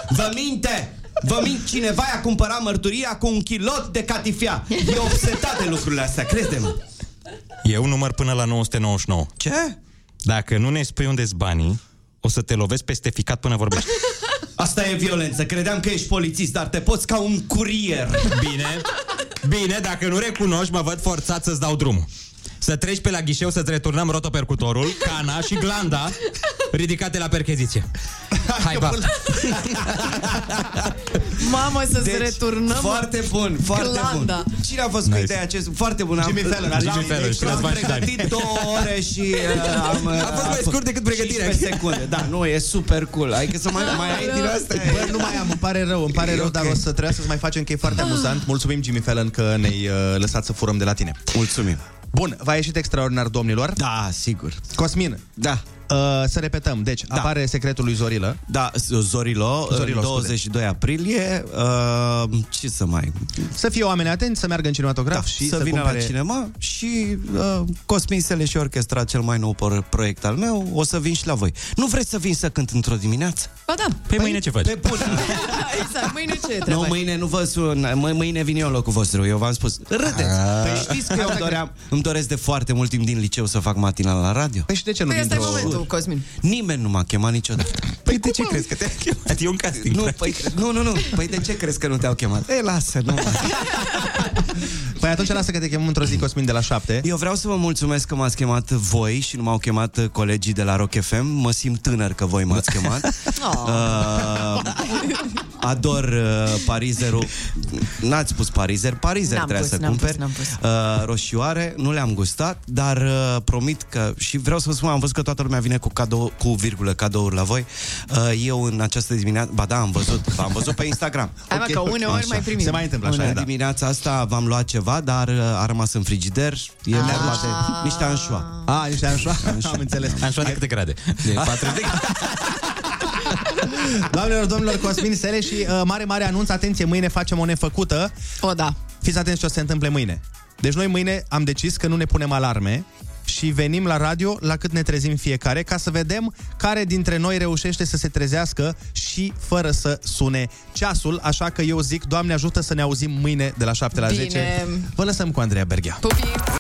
G: Vă minte! Vă mint, cineva i-a cumpărat mărturia cu un kilot de catifea. E obsetat de lucrurile astea, crede-mă.
D: Eu număr până la 999.
G: Ce?
D: Dacă nu ne spui unde banii, o să te lovesc peste ficat până vorbești.
G: Asta e violență. Credeam că ești polițist, dar te poți ca un curier.
D: Bine. Bine, dacă nu recunoști, mă văd forțat să-ți dau drumul. Să treci pe la ghișeu să-ți returnăm rotopercutorul, cana și glanda ridicate la percheziție. Hai, ba.
C: Mamă, să-ți returnăm
G: Deci,
C: da.
G: Foarte bun, foarte
C: glanda.
G: bun. Cine a fost nice. cu ideea acest? Foarte bun.
B: Jimmy Fallon, așa.
G: l-am-
B: Jimmy Fallon, știi,
G: l-am
B: la Einstein.
G: pregătit două ore și uh, am...
B: A fost mai scurt decât pregătirea.
G: 15 secunde, da, nu, e super cool. Hai că să mai, mai ai din astea.
Q: Păi
B: Bă, nu mai am, îmi pare rău, îmi pare rău, dar o să trebuie să-ți mai facem că e
G: Ah.
B: foarte amuzant. Mulțumim, Jimmy Fallon, că ne-ai uh, lăsat să furăm de la tine.
G: Mulțumim.
B: Bun, v-a ieșit extraordinar, domnilor?
G: Da, sigur.
B: Cosmin.
G: Da.
B: Uh, să repetăm, deci da. apare secretul lui Zorilă.
G: Da, Zorilo,
B: Zorilo,
G: Zorilo
B: scuze.
G: 22 aprilie. Uh, ce să mai...
B: Să fie oameni atenți, să meargă în cinematograf da, și
G: să,
B: să
G: vină
B: cumpere...
G: la cinema și uh, Cosminsele și Orchestra, cel mai nou por- proiect al meu, o să vin și la voi. Nu vrei să vin să cânt într-o dimineață?
C: Ba da.
G: Păi mâine ce faci? Pe bun.
C: Exact, mâine ce
G: Nu,
C: trebuie?
G: mâine nu vă sun, mă, mâine vin eu în locul vostru, eu v-am spus. Râdeți! Păi știți că eu îmi, doream, îmi doresc de foarte mult timp din liceu să fac matinal la radio. Păi
B: și de ce
C: Păi ăsta e momentul, Cosmin.
G: Nimeni nu m-a chemat niciodată. Păi de ce crezi că te-a chemat?
D: E un casting.
G: Nu, păi, nu, nu, nu. Păi de ce crezi că nu te-au chemat? Ei, lasă, nu.
B: Păi atunci lasă că te chemăm într-o zi, Cosmin, de la șapte.
G: Eu vreau să vă mulțumesc că m-ați chemat voi și nu m-au chemat uh, colegii de la Rock FM. Mă simt tânăr că voi m-ați chemat.
M: 어.
G: Uh, ador uh, parizerul. N-ați pus parizer. Parizer
K: N-am
G: trebuie
K: pus,
G: să
K: n-am pus,
G: cumperi.
K: n-am pus.
G: Uh, roșioare, nu le-am gustat, dar uh, promit că și vreau să vă spun, am văzut că toată lumea vine cu cadou, cu virgulă cadouri la voi. Uh, eu în această dimineață, ba da, am văzut, am văzut pe Instagram.
C: Hai, mă,
G: Ok.
C: că uneori mai primim. Se mai întâmplă așa,
G: Bună
C: da.
G: dimineața asta v-am luat ceva, dar uh, a rămas în frigider. E
C: Ah.
G: vorba de niște anșoa. Ah.
B: A, niște anșoa, am înțeles.
D: Anșoa de câte grade? De 40?
B: Doamnelor, domnilor, Cosmin Sele și uh, mare, mare anunț, atenție, mâine facem o nefăcută.
C: O, da.
B: Fiți atenți ce o să se întâmple mâine. Deci noi mâine am decis că nu ne punem alarme și venim la radio la cât ne trezim fiecare ca să vedem care dintre noi reușește să se trezească și fără să sune ceasul, așa că eu zic, Doamne ajută să ne auzim mâine de la 7 la
C: Bine.
B: 10. Vă lăsăm cu Andreea Berghea.
C: Pupii!